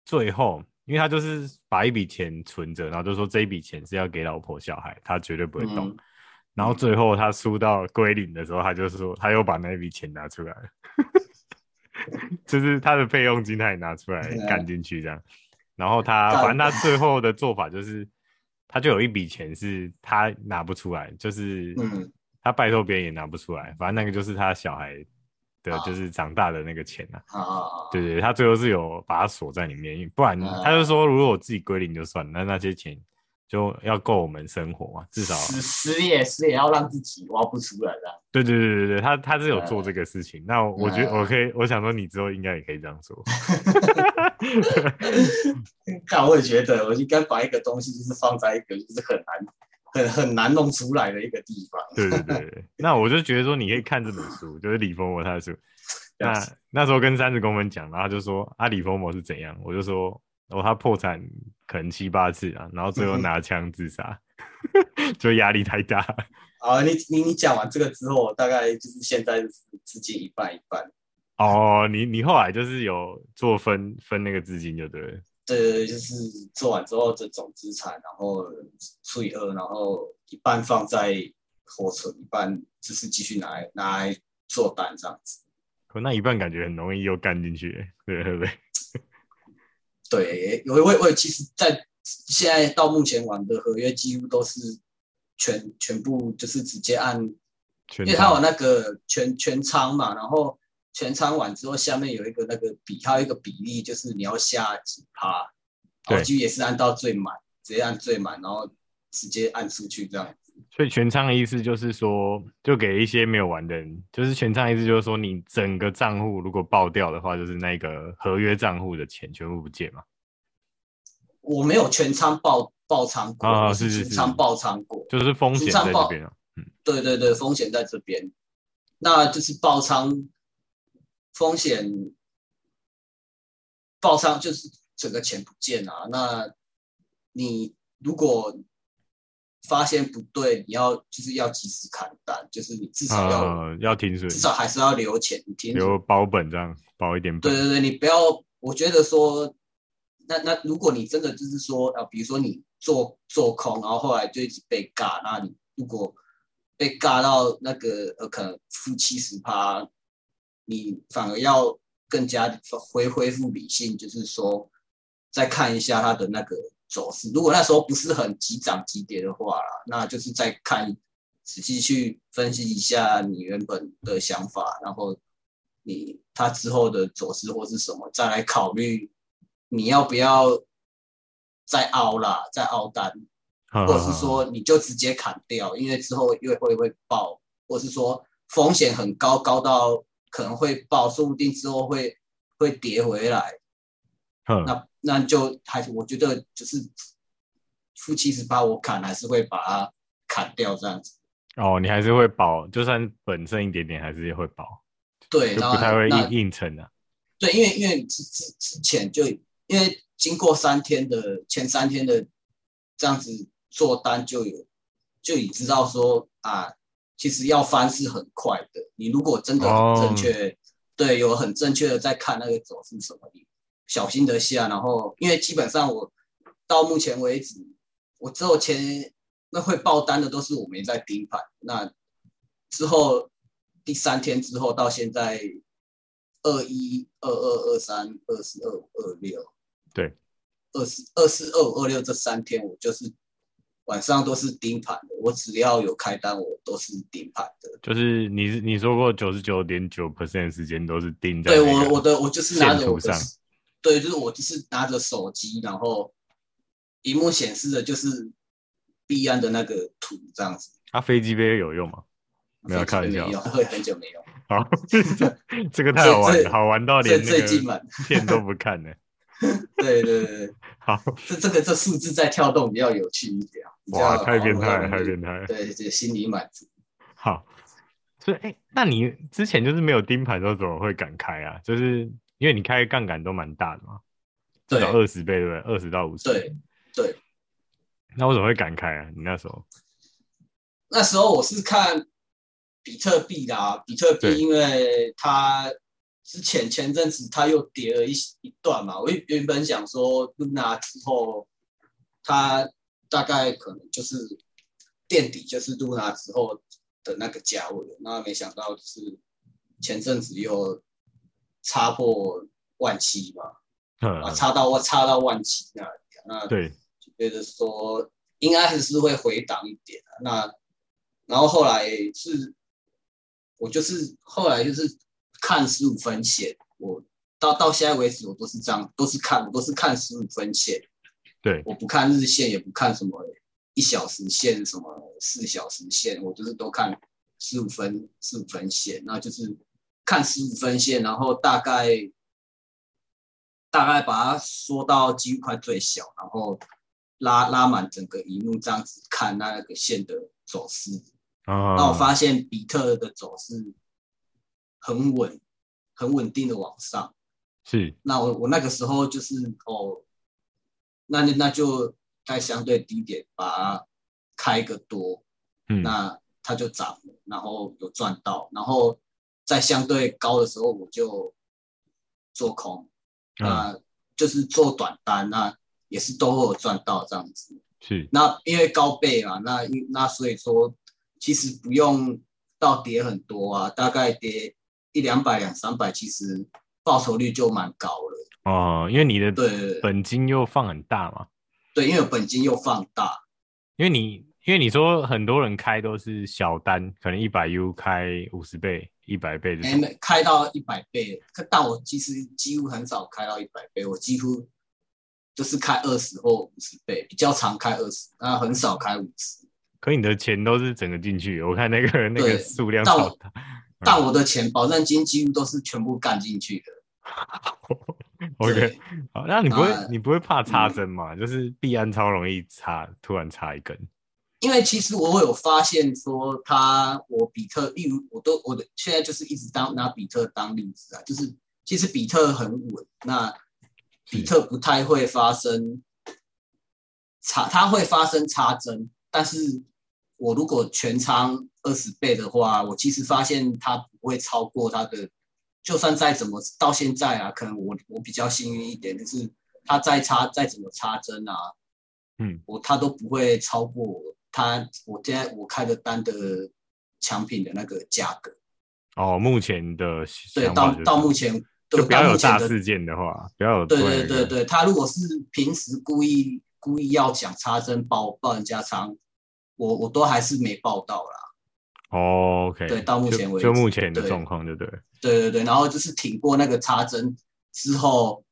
Speaker 1: 最后，因为他就是把一笔钱存着，然后就说这一笔钱是要给老婆小孩，他绝对不会动。
Speaker 2: 嗯
Speaker 1: 然后最后他输到归零的时候，他就说他又把那笔钱拿出来了， 就是他的备用金他也拿出来
Speaker 2: 对啊
Speaker 1: 干进去这样。然后他
Speaker 2: 干
Speaker 1: 反正他最后的做法就是，他就有一笔钱是他拿不出来，就是
Speaker 2: 嗯
Speaker 1: 他拜托别人也拿不出来，反正那个就是他小孩的，
Speaker 2: 啊
Speaker 1: 就是长大的那个钱啊。
Speaker 2: 好好好，
Speaker 1: 对对，他最后是有把它锁在里面，不然
Speaker 2: 啊
Speaker 1: 他就说，如果我自己归零就算了，那那些钱就要够我们生活嘛，至少。啊
Speaker 2: 死死也死也要让自己挖不出来啦。
Speaker 1: 对对对对对，他他是有做这个事情。那我觉得
Speaker 2: 啊
Speaker 1: 我可以，我想说你之后应该也可以这样做。
Speaker 2: 但我也觉得，我应该把一个东西就是放在一个就是很难、很很难弄出来的一个地方。
Speaker 1: 对对对对，对那我就觉得说你可以看这本书，就是李丰博他的书。
Speaker 2: 这
Speaker 1: 那
Speaker 2: 样子
Speaker 1: 那时候跟三十公分讲，然后他就说啊，李丰博是怎样？我就说哦，他破产可能七八次啊，然后最后拿枪自杀， 就压力太大。
Speaker 2: 啊，你你你讲完这个之后，我大概就是现在就是资金一半一半。
Speaker 1: 哦，你你后来就是有做分分那个资金就对了。
Speaker 2: 对，就是做完之后的总资产，然后除以二，然后一半放在活存，一半就是继续拿来拿来做单这样子。
Speaker 1: 可那一半感觉很容易又干进去， 对对对。
Speaker 2: 对，我我我其实，在现在到目前玩的合约几乎都是全全部就是直接按，
Speaker 1: 全
Speaker 2: 因为它有
Speaker 1: 仓
Speaker 2: 那个全全仓嘛，然后全仓完之后，下面有一个那个比，它有一个比例，就是你要下几趴，然后
Speaker 1: 对
Speaker 2: 就也是按到最满，直接按最满，然后直接按出去这样。
Speaker 1: 所以全仓的意思就是说，就给一些没有玩的人，就是全仓的意思就是说，你整个账户如果爆掉的话，就是那个合约账户的钱全部不见嘛，
Speaker 2: 我没有全仓爆爆仓过，
Speaker 1: 啊
Speaker 2: 我是
Speaker 1: 是是
Speaker 2: 全仓爆仓过。
Speaker 1: 就是风险在这边啊。
Speaker 2: 对对对，风险在这边，那就是爆仓风险，爆仓就是整个钱不见啊。那你如果发现不对，你要就是要及时砍单，就是你至少要、
Speaker 1: 呃，要停损
Speaker 2: 至，少还是要留钱，你停
Speaker 1: 留保本这样，保一点本
Speaker 2: 对。对对，你不要，我觉得说，那那如果你真的就是说，啊，比如说你做做空，然后后来就一直被尬，那你如果被尬到那个呃，可能负七十趴，你反而要更加恢恢复理性，就是说再看一下它的那个走势。如果那时候不是很急涨急跌的话啦，那就是再看仔细去分析一下你原本的想法，然后你它之后的走势或是什么，再来考虑你要不要再凹啦，再凹单，
Speaker 1: 或
Speaker 2: 或者是，说你就直接砍掉，因为之后又会会爆，或是说风险很高，高到可能会爆，说不定之后会会跌回来。
Speaker 1: 哼
Speaker 2: 那那就还是我觉得就是负七十八，我砍还是会把它砍掉这样子。
Speaker 1: 哦，你还是会保，就算本身一点点，还是会保，
Speaker 2: 对，
Speaker 1: 就
Speaker 2: 然
Speaker 1: 不
Speaker 2: 后
Speaker 1: 太会
Speaker 2: 那
Speaker 1: 硬硬撑啊。
Speaker 2: 对，因为因为之之之前就因为经过三天的前三天的这样子做单，就有就已知道说啊，其实要翻是很快的。你如果真的很正确，对，有很正确的在看那个走势什么，你小心的下。然后因为基本上我到目前为止，我只有前那会爆单的都是我没在盯盘，那之后第三天之后到现在二一、二二、二三、二四、二五、二六，
Speaker 1: 对，
Speaker 2: 二四、二四、二五、二六这三天我就是晚上都是盯盘的，我只要有开单我都是盯盘的。
Speaker 1: 就是你是你说过九十九点九 percent 时间都是盯在
Speaker 2: 对
Speaker 1: 那
Speaker 2: 我
Speaker 1: 个
Speaker 2: 我的我就是拿
Speaker 1: 线
Speaker 2: 着
Speaker 1: 图
Speaker 2: 我的
Speaker 1: 上，
Speaker 2: 对，就是我就是拿着手机，然后荧幕显示的就是币安的那个图这样子。
Speaker 1: 啊，飞机杯有用吗？ 没有
Speaker 2: 很久
Speaker 1: 看一下
Speaker 2: 没用，会很久没用，
Speaker 1: 好，这这个太好玩
Speaker 2: 最
Speaker 1: 了，
Speaker 2: 最
Speaker 1: 好玩到
Speaker 2: 最
Speaker 1: 连那
Speaker 2: 最近
Speaker 1: 个
Speaker 2: 嘛，
Speaker 1: 片都不看了。
Speaker 2: 对对对对，
Speaker 1: 好，
Speaker 2: 这这个这数字在跳动比较有趣一点啊，比
Speaker 1: 哇，
Speaker 2: 较
Speaker 1: 太变态了，
Speaker 2: 好
Speaker 1: 太变态了。
Speaker 2: 对，这心理满足。
Speaker 1: 好，所以哎、那你之前就是没有盯盘的时候，怎么会敢开啊？就是因为你开杠杆都蛮大的嘛，至
Speaker 2: 对
Speaker 1: 少二十倍对不对？二十到五十。
Speaker 2: 对。对，
Speaker 1: 那为什么会敢开啊？你那时候
Speaker 2: 那时候我是看比特币啦，比特
Speaker 1: 对
Speaker 2: 币因为它之前前阵子它又跌了一一段嘛，我原原本想说 Luna 之后它大概可能就是垫底就是 Luna 之后的那个价位了。那没想到就是前阵子又插破万七嘛，啊，
Speaker 1: 嗯，
Speaker 2: 插到插到万七那里啊，那
Speaker 1: 对，
Speaker 2: 就觉得说应该还是会回档一点啊。那然后后来是，我就是后来就是看十五分线，我到到现在为止我都是这样，都是看我都是看十五分线，
Speaker 1: 对
Speaker 2: 我不看日线，也不看什么一小时线、什么四小时线，我就是都看十五分十五分线，那就是看十五分线，然后大概大概把它缩到几乎快最小，然后拉拉满整个荧幕这样子看那个线的走势。
Speaker 1: 啊，
Speaker 2: 那我发现比特的走势很稳，很稳定的往上。
Speaker 1: 是
Speaker 2: 那我我那个时候就是哦，那就那就在相对低点把它开个多，
Speaker 1: 嗯，
Speaker 2: 那它就涨了，然后有赚到，然后在相对高的时候我就做空，
Speaker 1: 嗯
Speaker 2: 那就是做短单，那也是都会有赚到这样子。
Speaker 1: 是
Speaker 2: 那因为高倍嘛，那因那所以说其实不用到跌很多啊，大概跌一两百两三百，其实报酬率就蛮高了。
Speaker 1: 哦，因为你的
Speaker 2: 对对对
Speaker 1: 本金又放很大嘛，
Speaker 2: 对，因为我本金又放大，
Speaker 1: 因为你因为你说很多人开都是小单，可能一百 U 开五十倍、一百倍这
Speaker 2: 哎、
Speaker 1: 种，
Speaker 2: 没开到一百倍，可但我其实几乎很少开到一百倍，我几乎就是开二十或五十倍，比较常开二十，那很少开五十。
Speaker 1: 可你的钱都是整个进去，我看那个那个
Speaker 2: 对
Speaker 1: 数量
Speaker 2: 但
Speaker 1: 超
Speaker 2: 我
Speaker 1: 大，
Speaker 2: 但我的钱保证金几乎都是全部干进去的。
Speaker 1: OK，
Speaker 2: 对
Speaker 1: 好，那你不会
Speaker 2: 那嗯
Speaker 1: 你不会怕插针嘛？就是币安超容易插，突然插一根，
Speaker 2: 因为其实我有发现说他，我比特，例如我都我的现在就是一直当拿比特当例子啊，就是其实比特很稳，那比特不太会发生差，它会发生差针，但是我如果全仓二十倍的话，我其实发现它不会超过它的，就算再怎么到现在啊，可能我我比较幸运一点，就是它再差再怎么插针啊，
Speaker 1: 嗯，
Speaker 2: 我它都不会超过我它我现在我开的单的产品的那个价格，
Speaker 1: 哦，目前的
Speaker 2: 对，
Speaker 1: 想法
Speaker 2: 到
Speaker 1: 就是
Speaker 2: 到目前
Speaker 1: 就
Speaker 2: 对
Speaker 1: 不要
Speaker 2: 到
Speaker 1: 有
Speaker 2: 目前
Speaker 1: 大
Speaker 2: 的
Speaker 1: 事件的话，不要有
Speaker 2: 对
Speaker 1: 多
Speaker 2: 对
Speaker 1: 那个
Speaker 2: 对对，他如果是平时故意故意要讲插针爆爆人家仓，我我都还是没报到啦。
Speaker 1: 哦，OK，
Speaker 2: 对到目前
Speaker 1: 就
Speaker 2: 为止
Speaker 1: 就目前的
Speaker 2: 对
Speaker 1: 状况，就对了，
Speaker 2: 对对对，然后就是挺过那个插针之后，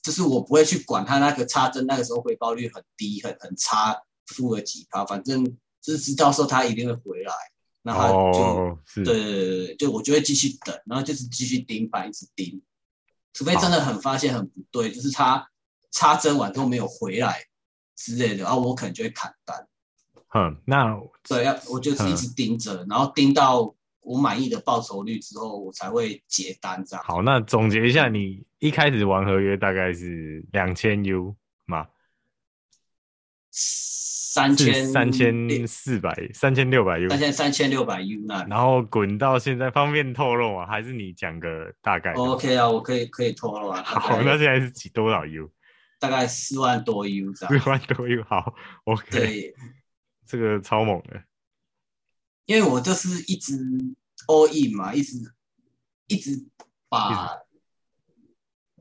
Speaker 2: 就是我不会去管他那个插针，那个时候回报率很低，很很差，负了几趴，反正就是知道说他一定会回来，那他就、
Speaker 1: 哦，是，
Speaker 2: 对对对对，就我就会继续等，然后就是继续盯盘，一直盯，除非真的很发现很不对，就是他插针完都没有回来之类的，然后我可能就会砍单。
Speaker 1: 嗯，那
Speaker 2: 对，要我就是
Speaker 1: 嗯
Speaker 2: 一直盯着，然后盯到我满意的报酬率之后，我才会结单这样。
Speaker 1: 好，那总结一下，
Speaker 2: 嗯
Speaker 1: 你一开始玩合约大概是两千 U 嘛，
Speaker 2: 三
Speaker 1: 是
Speaker 2: 千
Speaker 1: 三千四百、三千六百 U，
Speaker 2: 三千三千六百 U 那里
Speaker 1: 然后滚到现在，方便透露吗？还是你讲个大概的？
Speaker 2: OK 啊，我可以可以透露啊，
Speaker 1: 嗯 好，
Speaker 2: 大
Speaker 1: 那
Speaker 2: 概
Speaker 1: 现在是几多少 U？
Speaker 2: 大概四万多 U 这样。
Speaker 1: 六万多 U，好，OK，
Speaker 2: 对，
Speaker 1: 这个超猛的，
Speaker 2: 因为我就是一直 all in 嘛，一直一直把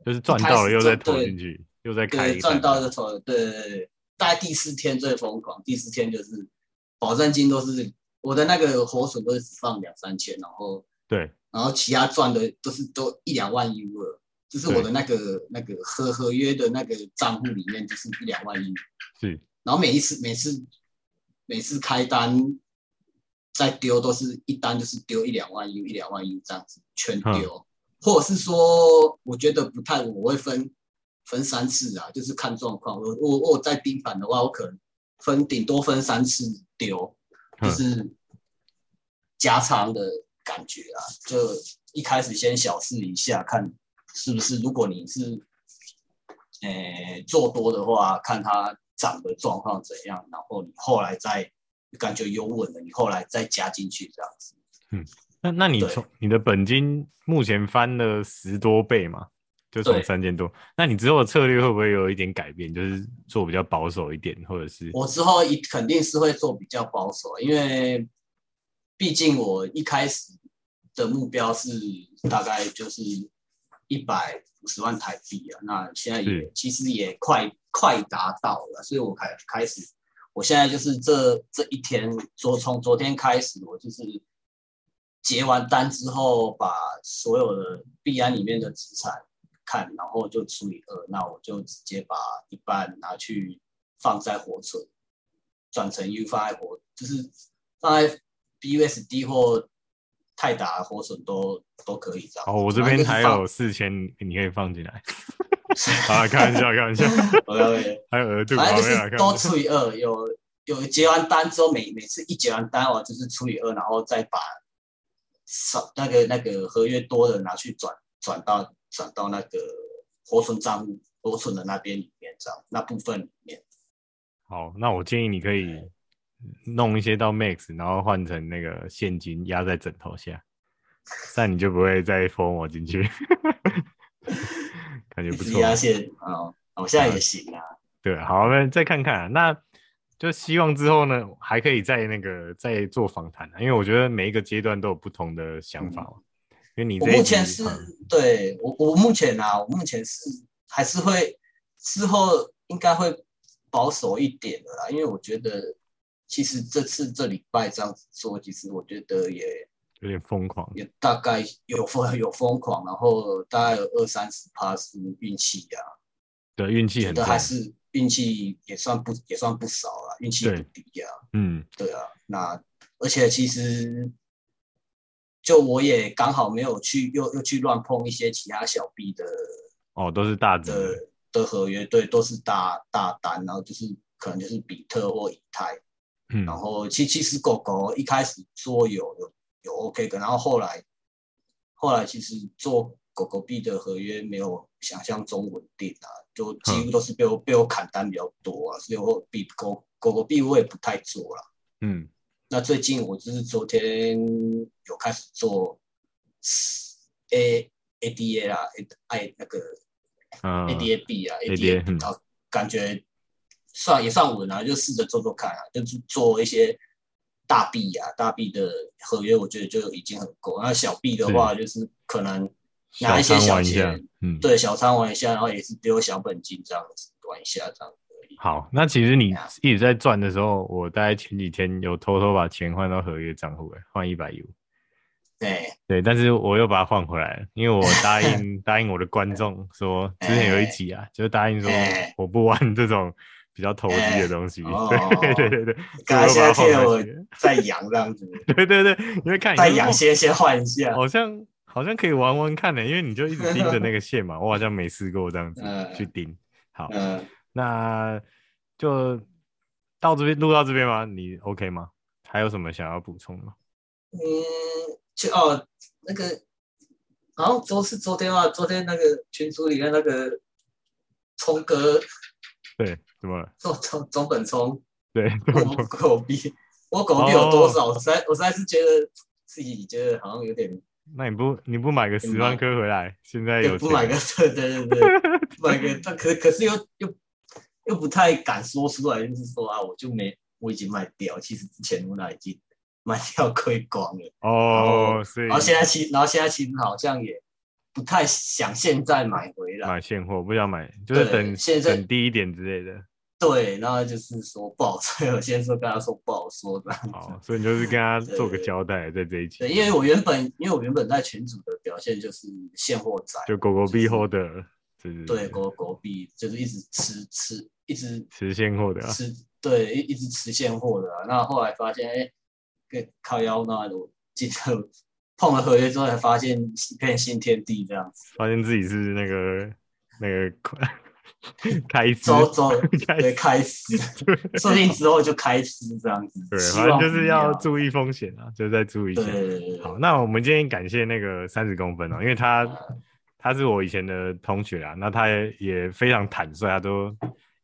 Speaker 1: 就是赚到了又再
Speaker 2: 一开始赚
Speaker 1: 投
Speaker 2: 对
Speaker 1: 进去，又再开一
Speaker 2: 对
Speaker 1: 单
Speaker 2: 赚到就投了，对对对对，大概第四天最疯狂，第四天就是保证金都是我的那个活损都是只放两三千，然后
Speaker 1: 对，
Speaker 2: 然后其他赚的都是都一两万 U 了，就是我的那个那个合合约的那个账户里面就是一两万 U，
Speaker 1: 是
Speaker 2: 然后每一次每次每次开单再丢都是一单就是丢一两万 U 一两万 U 这样子全丢，或者是说我觉得不太稳，我会分分三次啊，就是看状况。我我我在盯盘的话，我可能分顶多分三次丢，就
Speaker 1: 嗯
Speaker 2: 是加仓的感觉啊，就一开始先小试一下，看是不是如果你是诶做多的话，看它涨的状况怎样，然后你后来再感觉有稳了，你后来再加进去这样子。
Speaker 1: 那那你
Speaker 2: 对
Speaker 1: 从你的本金目前翻了十多倍嘛？就从
Speaker 3: 对
Speaker 1: 三千多。那你之后的策略会不会有一点改变？就是做比较保守一点，或者是
Speaker 2: 我之后一肯定是会做比较保守，因为毕竟我一开始的目标是大概就是一百五十万台币啊，那现在也
Speaker 1: 是
Speaker 2: 其实也快快达到了，所以我开开始，我现在就是这这一天，昨从昨天开始，我就是结完单之后，把所有的币安里面的资产看，然后就除以二，那我就直接把一半拿去放在活存，转成 U 放在活，就是放在 BUSD 或泰达活存都都可以这样子。
Speaker 1: 哦，我这边
Speaker 2: 反正就是
Speaker 1: 还
Speaker 2: 放
Speaker 1: 有四千，你可以放进 来。好啦，开玩笑，开玩笑，
Speaker 3: OK OK，
Speaker 1: 还有额度，啊
Speaker 2: 反
Speaker 1: 好
Speaker 2: 正就
Speaker 1: 没有啦
Speaker 2: 是
Speaker 1: 开
Speaker 2: 都
Speaker 1: 玩笑
Speaker 2: 除以二，有有结完单之后，每每次一结完单哦，就是除以二，然后再把少那个那个合约多的拿去转转到转到那个活存账户活存的那边里面，这样那部分里面。
Speaker 1: 好，那我建议你可以弄一些到 max，然后换成那个现金压在枕头下，这样你就不会再封我进 去。 感觉
Speaker 3: 一
Speaker 1: 不
Speaker 3: 直
Speaker 1: 错，
Speaker 3: 压线
Speaker 2: 哦
Speaker 3: 啊，我现在也行啊。
Speaker 1: 对，好，那再看看啊、那就希望之后呢，还可以再那个再做访谈、啊，因为我觉得每一个阶段都有不同的想法嘛。因为你
Speaker 2: 嗯我
Speaker 1: 这一
Speaker 2: 目
Speaker 1: 集
Speaker 2: 前是
Speaker 1: 嗯
Speaker 2: 对我我目前啊，我目前是还是会之后应该会保守一点的啦，因为我觉得其实这次这礼拜这样子做，其实我觉得也
Speaker 1: 有点疯狂，
Speaker 2: 也大概有疯有疯狂，然后大概有二三十趴是运气呀、
Speaker 1: 对，运气
Speaker 2: 觉
Speaker 1: 很
Speaker 2: 得
Speaker 1: 重，
Speaker 2: 还是运气也算不也算不少了，运气不
Speaker 1: 对
Speaker 2: 低呀、
Speaker 1: 嗯，
Speaker 2: 对啊，那而且其实就我也刚好没有去又又去乱碰一些其他小币的
Speaker 1: 哦，都是大值的，
Speaker 2: 的的合约，对，都是大大单，然后就是可能就是比特或以太，
Speaker 1: 嗯，
Speaker 2: 然后其其实狗狗一开始做有有有 OK 的，然后后来后来其实做狗狗币的合约没有想象中稳定啊，就几乎都是被我、被我砍单比较多啊，所以我比狗狗狗币我也不太做了。
Speaker 1: 嗯，
Speaker 2: 那最近我就是昨天有开始做 A A D A 啦，A I 那个
Speaker 1: 嗯
Speaker 2: A D A B 啊，A D A
Speaker 1: ADA
Speaker 2: B，
Speaker 1: 嗯
Speaker 2: 然后感觉算也算稳啊，就试着做做看啊，就是做一些大币啊，大币的合约，我觉得就已经很够。那小币的话，就是可能拿一些
Speaker 1: 小
Speaker 2: 小
Speaker 1: 玩一下
Speaker 2: 钱，
Speaker 1: 嗯，
Speaker 2: 对小仓玩一下，然后也是丢小本金这样子玩一下这样而已。
Speaker 1: 好，那其实你
Speaker 2: 对啊
Speaker 1: 一直在赚的时候，我大概前几天有偷偷把钱换到合约账户，哎换一百 U，
Speaker 2: 对，
Speaker 1: 对，但是我又把它换回来了，因为我 答应答应我的观众说，之前有一集啊，就是答应说
Speaker 2: 哎
Speaker 1: 我不玩这种比较投机的东西，
Speaker 2: 哎哦
Speaker 1: 对 对对对，
Speaker 3: 感
Speaker 1: 所
Speaker 3: 觉
Speaker 1: 以
Speaker 3: 现在
Speaker 1: 我把它换
Speaker 3: 听了
Speaker 1: 回
Speaker 3: 我
Speaker 1: 来了
Speaker 3: 在养这样子，
Speaker 1: 对对对，因为
Speaker 2: 哎
Speaker 1: 看你
Speaker 3: 在
Speaker 1: 就
Speaker 3: 养
Speaker 1: 哦
Speaker 3: 先先换一下。
Speaker 1: 好像好像可以玩玩看呢、因为你就一直盯着那个线嘛，我好像没试过这样子
Speaker 2: 嗯
Speaker 1: 去盯。好，
Speaker 2: 嗯，
Speaker 1: 那就到这边录到这边吗？你 OK 吗？还有什么想要补充的吗？
Speaker 2: 嗯，就哦，那个，好像昨是昨天啊，昨天那个群组里面那个聪哥
Speaker 1: 对，怎么了？
Speaker 2: 总总总本聪，
Speaker 1: 对，
Speaker 2: 我狗逼，我狗逼有多少？我实在我实在是觉得自己觉得好像有点，
Speaker 1: 那你不你不买个十万颗回来，现在有
Speaker 2: 也不买个
Speaker 1: 钱，
Speaker 2: 对对对对，不买个，但可可是又又又不太敢说出来，就是说啊，我就没我已经卖掉，其实之前我那已经卖掉亏光了。
Speaker 1: 哦，
Speaker 2: 后
Speaker 1: 所以
Speaker 2: 然后现在其然后现在其实好像也不太想现在买回来，
Speaker 1: 买现货不想买，就是
Speaker 2: 对
Speaker 1: 等
Speaker 2: 现在
Speaker 1: 等低一点之类的。
Speaker 2: 对，然后就是说不好说，我先说跟他说不好说的。
Speaker 1: 好，所以你就是跟他做个
Speaker 2: 对
Speaker 1: 交代，在这一期
Speaker 2: 对，因为我原本因为我原本在群组的表现就是现货仔，
Speaker 1: 就狗狗币 holder，就是
Speaker 2: 对，狗狗币就是一直吃吃，一直
Speaker 1: 持现货的啊，
Speaker 2: 吃，对，一一直吃现货的啊、那后来发现，哎，跟靠腰那我记得碰了合约之后才发现一片新天地这样子。
Speaker 1: 发现自己是那个那个 开司，
Speaker 2: 周周
Speaker 1: 开
Speaker 2: 对
Speaker 1: 始
Speaker 2: 开始， 说不定之后就开始这样子。
Speaker 1: 对，
Speaker 2: 希
Speaker 1: 反正
Speaker 2: 望
Speaker 1: 就是
Speaker 2: 不
Speaker 1: 要注意风险啊，就是再注意一下
Speaker 2: 对。对对对
Speaker 1: 好，那我们今天感谢那个三十公分哦，因为他他是我以前的同学啊，那他也也非常坦率，他都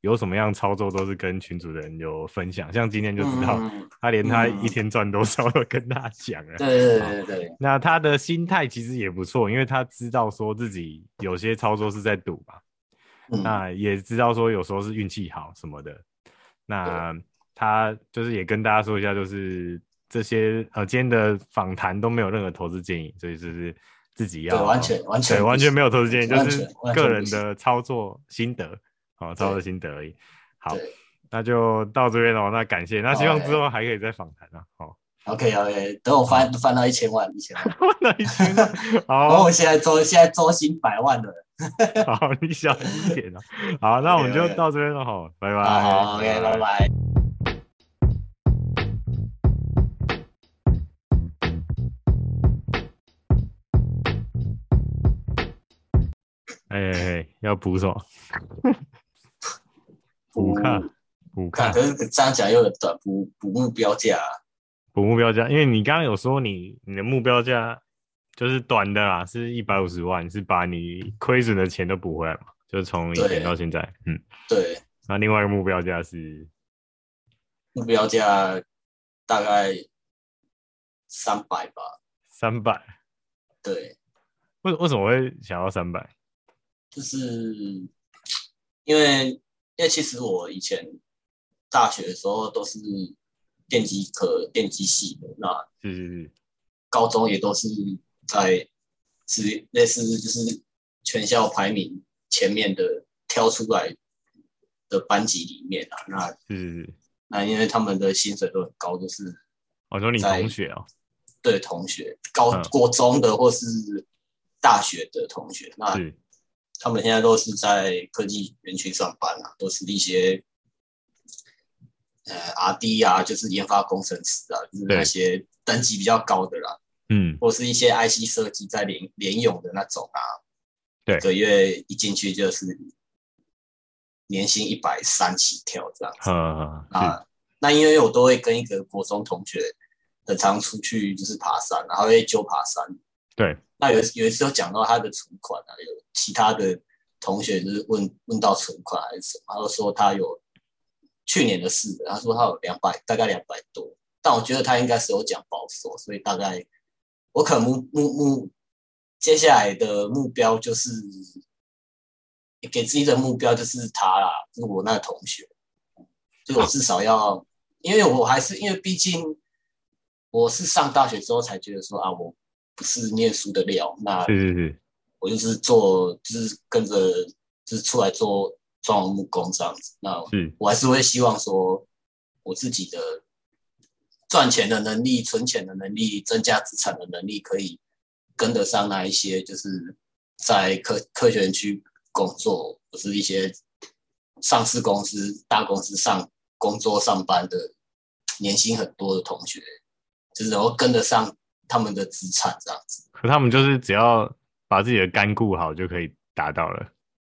Speaker 1: 有什么样操作都是跟群主的人有分享，像今天就知道、
Speaker 4: 嗯，
Speaker 1: 他连他
Speaker 4: 嗯
Speaker 1: 一天赚多少都跟大家讲了。
Speaker 4: 对对对对对，
Speaker 1: 那他的心态其实也不错，因为他知道说自己有些操作是在赌嘛，
Speaker 4: 嗯
Speaker 1: 那也知道说有时候是运气好什么的。那他就是也跟大家说一下，就是这些呃今天的访谈都没有任何投资建议，所以就是自己要
Speaker 2: 对完全完全
Speaker 1: 对
Speaker 2: 不
Speaker 1: 完全
Speaker 2: 行
Speaker 1: 没有投资建议，就
Speaker 2: 完
Speaker 1: 是
Speaker 2: 全完全
Speaker 1: 个
Speaker 2: 不
Speaker 1: 人
Speaker 2: 行
Speaker 1: 的操作心得哦，操作
Speaker 2: 对
Speaker 1: 心得而已。好
Speaker 2: 对，
Speaker 1: 那就到这边了，那感谢，那希望
Speaker 2: 好哎
Speaker 1: 之后还可以再访谈啊。好，
Speaker 2: OK OK，等我翻翻到一千万，一千万，
Speaker 1: 那一千，
Speaker 2: 然后
Speaker 1: 好
Speaker 2: 我现在周现在周薪百万了，
Speaker 1: 好，你小心一点啊。好，那我们就
Speaker 2: 哎 OK，OK
Speaker 1: 到这边了，好，拜拜。
Speaker 2: 好好 OK，拜拜。
Speaker 1: 哎哎哎，要补什么？补看，补
Speaker 2: 看，
Speaker 1: 看，
Speaker 2: 可是这样讲又有短补补目标价、啊，
Speaker 1: 补目标价，因为你刚刚有说你你的目标价就是短的啦，是一百五十万，是把你亏损的钱都补回来嘛？就是从以前
Speaker 2: 对
Speaker 1: 到现在，嗯。
Speaker 2: 对，
Speaker 1: 那另外一个目标价是
Speaker 2: 目标价大概三百吧，
Speaker 1: 三百，
Speaker 2: 对，
Speaker 1: 为为什么会想要三百？
Speaker 2: 就是因为因为其实我以前大学的时候都是电机科电机系的，那
Speaker 1: 是是是，
Speaker 2: 高中也都是在是类似就是全校排名前面的挑出来的班级里面啊，那
Speaker 1: 是是是，
Speaker 2: 那因为他们的薪水都很高，就是
Speaker 1: 我、哦、说你
Speaker 2: 在
Speaker 1: 同学哦，
Speaker 2: 对同学高
Speaker 1: 嗯
Speaker 2: 国中的或是大学的同学，那
Speaker 1: 是
Speaker 2: 他们现在都是在科技园区上班啊，都是一些呃 R D 啊，就是研发工程师啊，就是
Speaker 1: 对
Speaker 2: 那些等级比较高的啦，
Speaker 1: 嗯，
Speaker 2: 或是一些 I C 设计在联联用的那种啊，
Speaker 1: 对
Speaker 2: 一个月一进去就是年薪一百三起跳这样子。
Speaker 1: 呃，是
Speaker 2: 啊，那因为我都会跟一个国中同学很常出去，就是爬山，然后会揪爬山。
Speaker 1: 对，
Speaker 2: 那有一次有一次有讲到他的存款啊，有其他的同学就是问问到存款还是什么，他就说他有去年的事，他说他有两百，大概两百多。但我觉得他应该是有讲保守，所以大概我可能目目目接下来的目标就是给自己的目标就是他啦，就是我那个同学，就我至少要，因为我还是因为毕竟我是上大学之后才觉得说啊，我不是念书的料，那
Speaker 1: 是是是，
Speaker 2: 我就是做就是跟着就是出来做装潢木工这样子，那
Speaker 1: 是
Speaker 2: 我还是会希望说我自己的赚钱的能力、存钱的能力、增加资产的能力，可以跟得上那一些就是在科科学园区工作，或是一些上市公司、大公司上工作上班的年薪很多的同学，就是能够跟得上他们的资产这样子。
Speaker 1: 可他们就是只要把自己的肝顾好就可以达到了。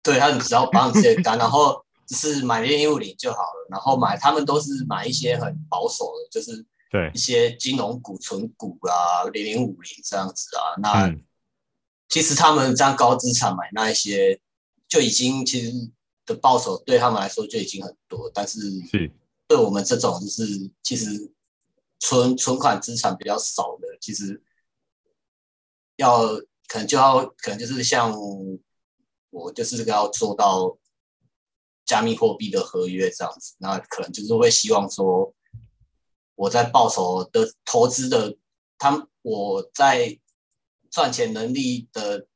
Speaker 2: 对他们只要帮自己的单，然后就是买炼物领就好了，然后买他们都是买一些很保守的，就是
Speaker 1: 对
Speaker 2: 一，些金融股、存股啊、零零五零这样子啊。那、
Speaker 1: 嗯，
Speaker 2: 其实他们这样高资产买那一些，就已经其实的报酬对他们来说就已经很多，但是
Speaker 1: 是
Speaker 2: 对我们这种就是其实存存款资产比较少的，其实要可能就要可能就是像我就是这个要做到加密货币的合约这样子，那可能就是会希望说我在报酬的投资的，他们我在赚钱能力的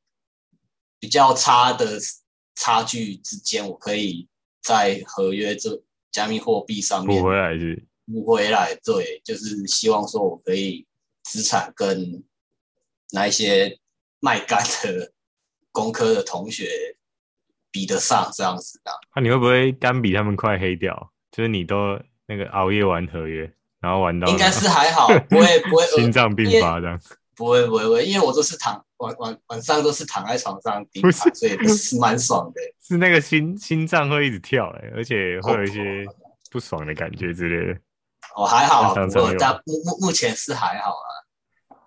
Speaker 2: 比较差的差距之间，我可以在合约这加密货币上面
Speaker 1: 补回来是
Speaker 2: 不回来，对，就是希望说我可以资产跟那一些卖干的工科的同学比得上这样子的。啊
Speaker 1: 那、啊你会不会肝比他们快黑掉？就是你都那个熬夜玩合约，然后玩到
Speaker 2: 应该是还好，不会不会
Speaker 1: 心
Speaker 2: 呃
Speaker 1: 脏病
Speaker 2: 因为
Speaker 1: 发这样。
Speaker 2: 不会不会不会，因为我都是躺晚晚晚上都是躺在床 上盯
Speaker 1: 不
Speaker 2: 盘，所以是蛮爽的。
Speaker 1: 是那个心心脏会一直跳、欸，而且会有一
Speaker 2: 好
Speaker 1: 些不爽的感觉之类的。
Speaker 2: 哦，还好啊，
Speaker 1: 晚
Speaker 2: 不
Speaker 1: 上
Speaker 2: 过
Speaker 1: 有
Speaker 2: 但目目目前是还好啊。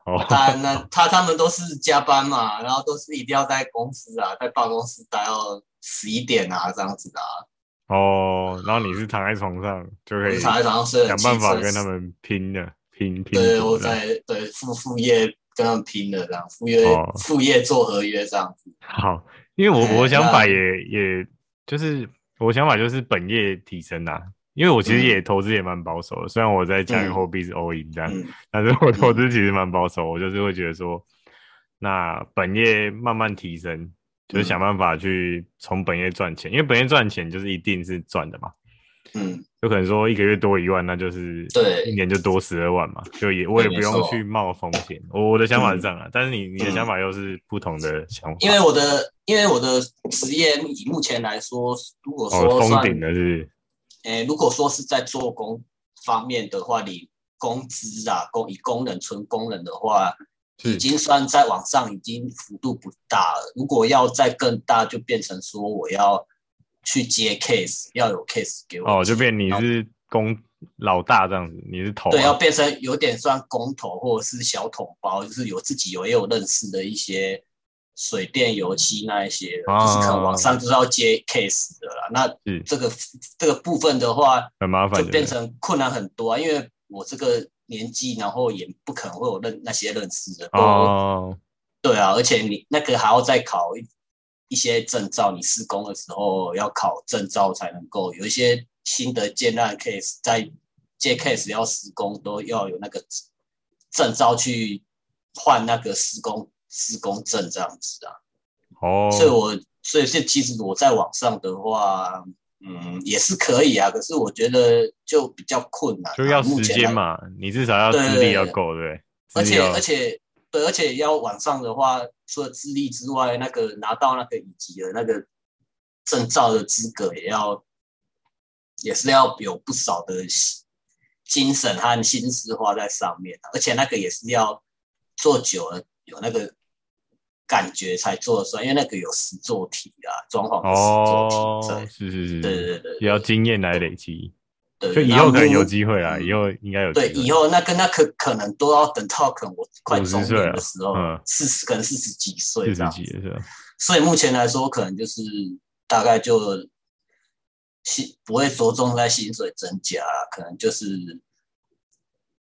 Speaker 1: 哦，
Speaker 2: 但那他他们都是加班嘛，然后都是一定要在公司啊，在办公室待到十一点啊这样子的啊。
Speaker 1: 哦，然后你是躺在床上就可以
Speaker 2: 躺在床上睡得
Speaker 1: 想
Speaker 2: 很
Speaker 1: 办法
Speaker 2: 轻松
Speaker 1: 跟他们拼的，拼拼搏
Speaker 5: 对，我
Speaker 1: 这样。
Speaker 5: 在对副副业跟他们拼了，这样副业、
Speaker 1: 哦
Speaker 5: 副业做合约这样子。
Speaker 1: 好，因为
Speaker 5: 哎
Speaker 1: 我我想法
Speaker 5: 那
Speaker 1: 也也就是我想法就是本业提升啊，因为我
Speaker 2: 嗯
Speaker 1: 其实也投资也蛮保守的，虽然我在加密
Speaker 5: 嗯
Speaker 1: 货币是 all in 这样，
Speaker 5: 嗯，
Speaker 1: 但是我投资其实蛮保守，我就是会觉得说，那本业慢慢提升，
Speaker 2: 嗯
Speaker 1: 就是想办法去从本业赚钱，因为本业赚钱就是一定是赚的嘛，
Speaker 5: 嗯，
Speaker 1: 有可能说一个月多一万，那就是
Speaker 5: 对
Speaker 1: 一年就多十二万嘛，就也我也
Speaker 5: 对
Speaker 1: 不
Speaker 5: 没
Speaker 1: 用
Speaker 5: 错
Speaker 1: 去冒风险。我我的想法是
Speaker 5: 嗯
Speaker 1: 这样啊，但是你你的
Speaker 5: 嗯
Speaker 1: 想法又是不同的想法，
Speaker 2: 因为我的因为我的职业以目前来说，如果
Speaker 1: 哦
Speaker 2: 说
Speaker 1: 封
Speaker 2: 算，
Speaker 1: 顶了是不是。
Speaker 2: 诶、如果说是在做工方面的话，你工资啊，工以工人纯工人的话，
Speaker 1: 是
Speaker 2: 已经算在往上，已经幅度不大了。如果要再更大，就变成说我要去接 case，要有 case 给我
Speaker 1: 哦，就
Speaker 2: 接
Speaker 1: 变你是公老大这样子，你是头、啊。
Speaker 2: 对，要变成有点算工头或者是小桶包，就是有自己有也有认识的一些水电油漆那一些的，
Speaker 1: 啊
Speaker 2: 就是可能网上就是要接 case 的啦。那
Speaker 1: 是
Speaker 2: 这个这个部分的话，
Speaker 1: 很麻烦
Speaker 2: 就
Speaker 1: 的。
Speaker 2: 变成困难很多啊，因为我这个年纪，然后也不可能会有认那些认识的。
Speaker 1: 哦，
Speaker 2: 对啊，而且你那个还要再考一一些证照，你施工的时候要考证照才能够有一些新的建案 case，在接 case 要施工都要有那个证照去换那个施工施工证这样子啊。
Speaker 1: 哦，
Speaker 2: 所以我所以这其实我在网上的话，嗯，也是可以啊，可是我觉得就比较困难啊、
Speaker 1: 就要
Speaker 2: 目
Speaker 1: 时
Speaker 2: 前
Speaker 1: 间
Speaker 2: 来
Speaker 1: 嘛，你至少要
Speaker 2: 对
Speaker 1: 资
Speaker 2: 对
Speaker 1: 历要
Speaker 2: 对
Speaker 1: 够，对不对？
Speaker 2: 而
Speaker 1: 资历
Speaker 2: 且
Speaker 1: 要
Speaker 2: 而且对，而且要晚上的话，除了资历之外，那个拿到那个乙级的那个证照的资格，也要也是要有不少的心精神和心思花在上面啊，而且那个也是要做久了有那个感觉才做得出来，因为那个有实作题啊，装潢的实
Speaker 1: 哦
Speaker 2: 作，题
Speaker 1: 是是是，
Speaker 2: 在，对对对
Speaker 1: 也要经验来累积，
Speaker 2: 对对，
Speaker 1: 就以
Speaker 2: 然
Speaker 1: 后可能有
Speaker 2: 目
Speaker 1: 机会啦，
Speaker 2: 嗯
Speaker 1: 以后应该有
Speaker 2: 对，
Speaker 1: 机会
Speaker 2: 以后那个那可可能都要等到可能我快
Speaker 1: 50
Speaker 2: 中
Speaker 1: 岁
Speaker 2: 年
Speaker 1: 了
Speaker 2: 的时候
Speaker 1: 嗯，
Speaker 2: 四十、可能四十几岁
Speaker 1: 四
Speaker 2: 这
Speaker 1: 十
Speaker 2: 样
Speaker 1: 几的
Speaker 2: 子。
Speaker 1: 是吧？
Speaker 2: 所以目前来说，可能就是大概就薪不会着重在薪水增加啦，可能就是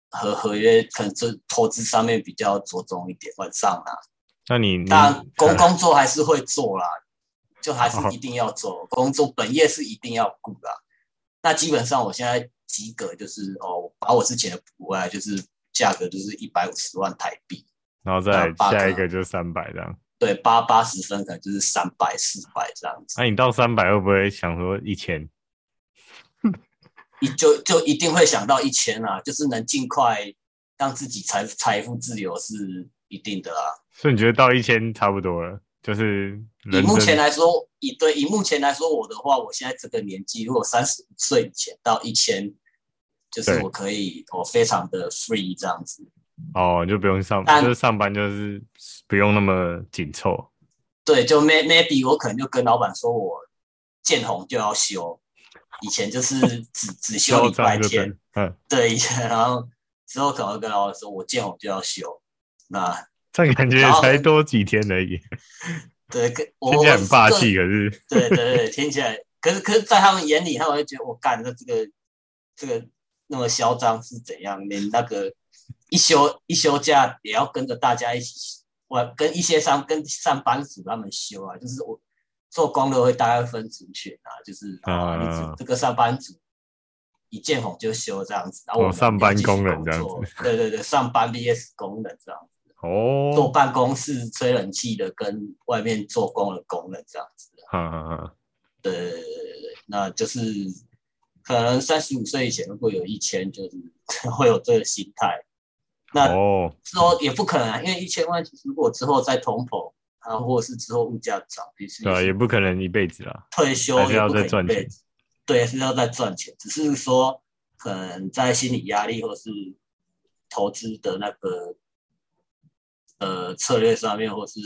Speaker 2: 合合约，可能这投资上面比较着重一点，晚上啊。
Speaker 1: 那你你
Speaker 2: 当然工工作还是会做啦，就还是一定要做，工作本业是一定要顾啦。那基本上我现在及格就是哦，把我之前的补回来，就是价格就是一百五十万台币，
Speaker 1: 然后再来
Speaker 2: 大
Speaker 1: 下一
Speaker 2: 大
Speaker 1: 个就三百这样，
Speaker 2: 对，八八十分可能就是三百四百这样子，
Speaker 1: 那你到三百会不会想说一千？
Speaker 2: 你就就一定会想到一千啊，就是能尽快让自己财财富自由是一定的啊。
Speaker 1: 所以你觉得到一千差不多了，就是
Speaker 2: 以
Speaker 1: 人
Speaker 2: 目
Speaker 1: 生
Speaker 2: 前来说，以对以目前来说我的话，我现在这个年纪，如果三十五岁以前到一千，就是
Speaker 1: 对
Speaker 2: 我可以我非常的 free 这样子。
Speaker 1: 哦，就不用上，
Speaker 2: 但
Speaker 1: 就是上班就是不用那么紧凑。
Speaker 2: 对，就 may, maybe 我可能就跟老板说我见红就要休，以前就是只只休
Speaker 1: 嚣
Speaker 2: 礼拜
Speaker 1: 张就对
Speaker 2: 天
Speaker 1: 了，，嗯，
Speaker 2: 对，以前然后之后可能会跟老板说我见红就要休，那
Speaker 1: 这样感觉也
Speaker 2: 然后
Speaker 1: 才多几天而已，
Speaker 2: 对，跟我
Speaker 1: 听起来很霸气，可是
Speaker 2: 哦对对对，听起来，可是可是，在他们眼里，他们会觉得我干的这个这个那么嚣张是怎样？连那个一休一休假也要跟着大家一起，我跟一些上跟上班族他们休啊，就是我做工的会大概分族群啊，就是啊，你
Speaker 1: 啊
Speaker 2: 这这个上班族。一见红就休这样子，然
Speaker 1: 哦
Speaker 2: 后我们
Speaker 1: 上班
Speaker 2: 要继续
Speaker 1: 工人
Speaker 2: 工
Speaker 1: 这样
Speaker 2: 作，对对对，上班 VS 工人这样，坐
Speaker 1: 哦，
Speaker 2: 办公室吹冷气的跟外面做工的工人这样子。
Speaker 1: 哈哈哈，
Speaker 2: 对对对对对，那就是可能三十五岁以前，如果有一千，就是 会有这个心态。那
Speaker 1: 哦，
Speaker 2: 之后也不可能、啊，因为一千万，如果之后再通膨，啊，或者是之后物价涨，也是
Speaker 1: 对啊，也不可能一辈子啦，
Speaker 2: 退休
Speaker 1: 还是要
Speaker 2: 也不可
Speaker 1: 再
Speaker 2: 以
Speaker 1: 赚
Speaker 2: 被
Speaker 1: 钱，
Speaker 2: 对，是要在赚钱，只是说可能在心理压力或是投资的那个呃策略上面，或是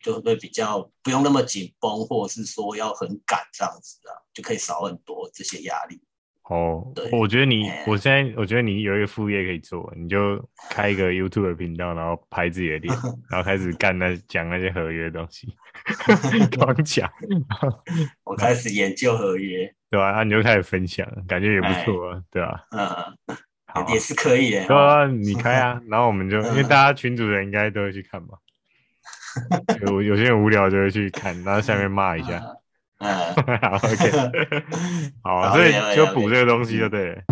Speaker 2: 就会比较不用那么紧绷，或者是说要很赶这样子啊，就可以少很多这些压力。
Speaker 1: 哦
Speaker 2: 对，
Speaker 1: 我觉得你
Speaker 2: 哎，
Speaker 1: 我现在我觉得你有一个副业可以做，你就开一个 YouTube 频道，然后拍自己 的脸，然后开始干那讲那些合约的东西，光讲，
Speaker 2: 我开始研究合约，
Speaker 1: 对吧、啊？你就开始分享，感觉也不
Speaker 2: 哎
Speaker 1: 错啊，对吧、
Speaker 2: 嗯，
Speaker 1: 好啊
Speaker 2: 也是可以的。
Speaker 1: 对啊，你开 啊，然后我们就因为
Speaker 2: 嗯
Speaker 1: 大家群主人应该都会去看吧，有有些人无聊就会去看，然后下面骂一下。
Speaker 4: 啊
Speaker 2: 嗯，
Speaker 1: 好，OK，好，
Speaker 2: 好
Speaker 1: 所以
Speaker 2: 了解
Speaker 1: 就
Speaker 2: 了
Speaker 1: 补
Speaker 2: 解嗯
Speaker 1: 这个东西就对了。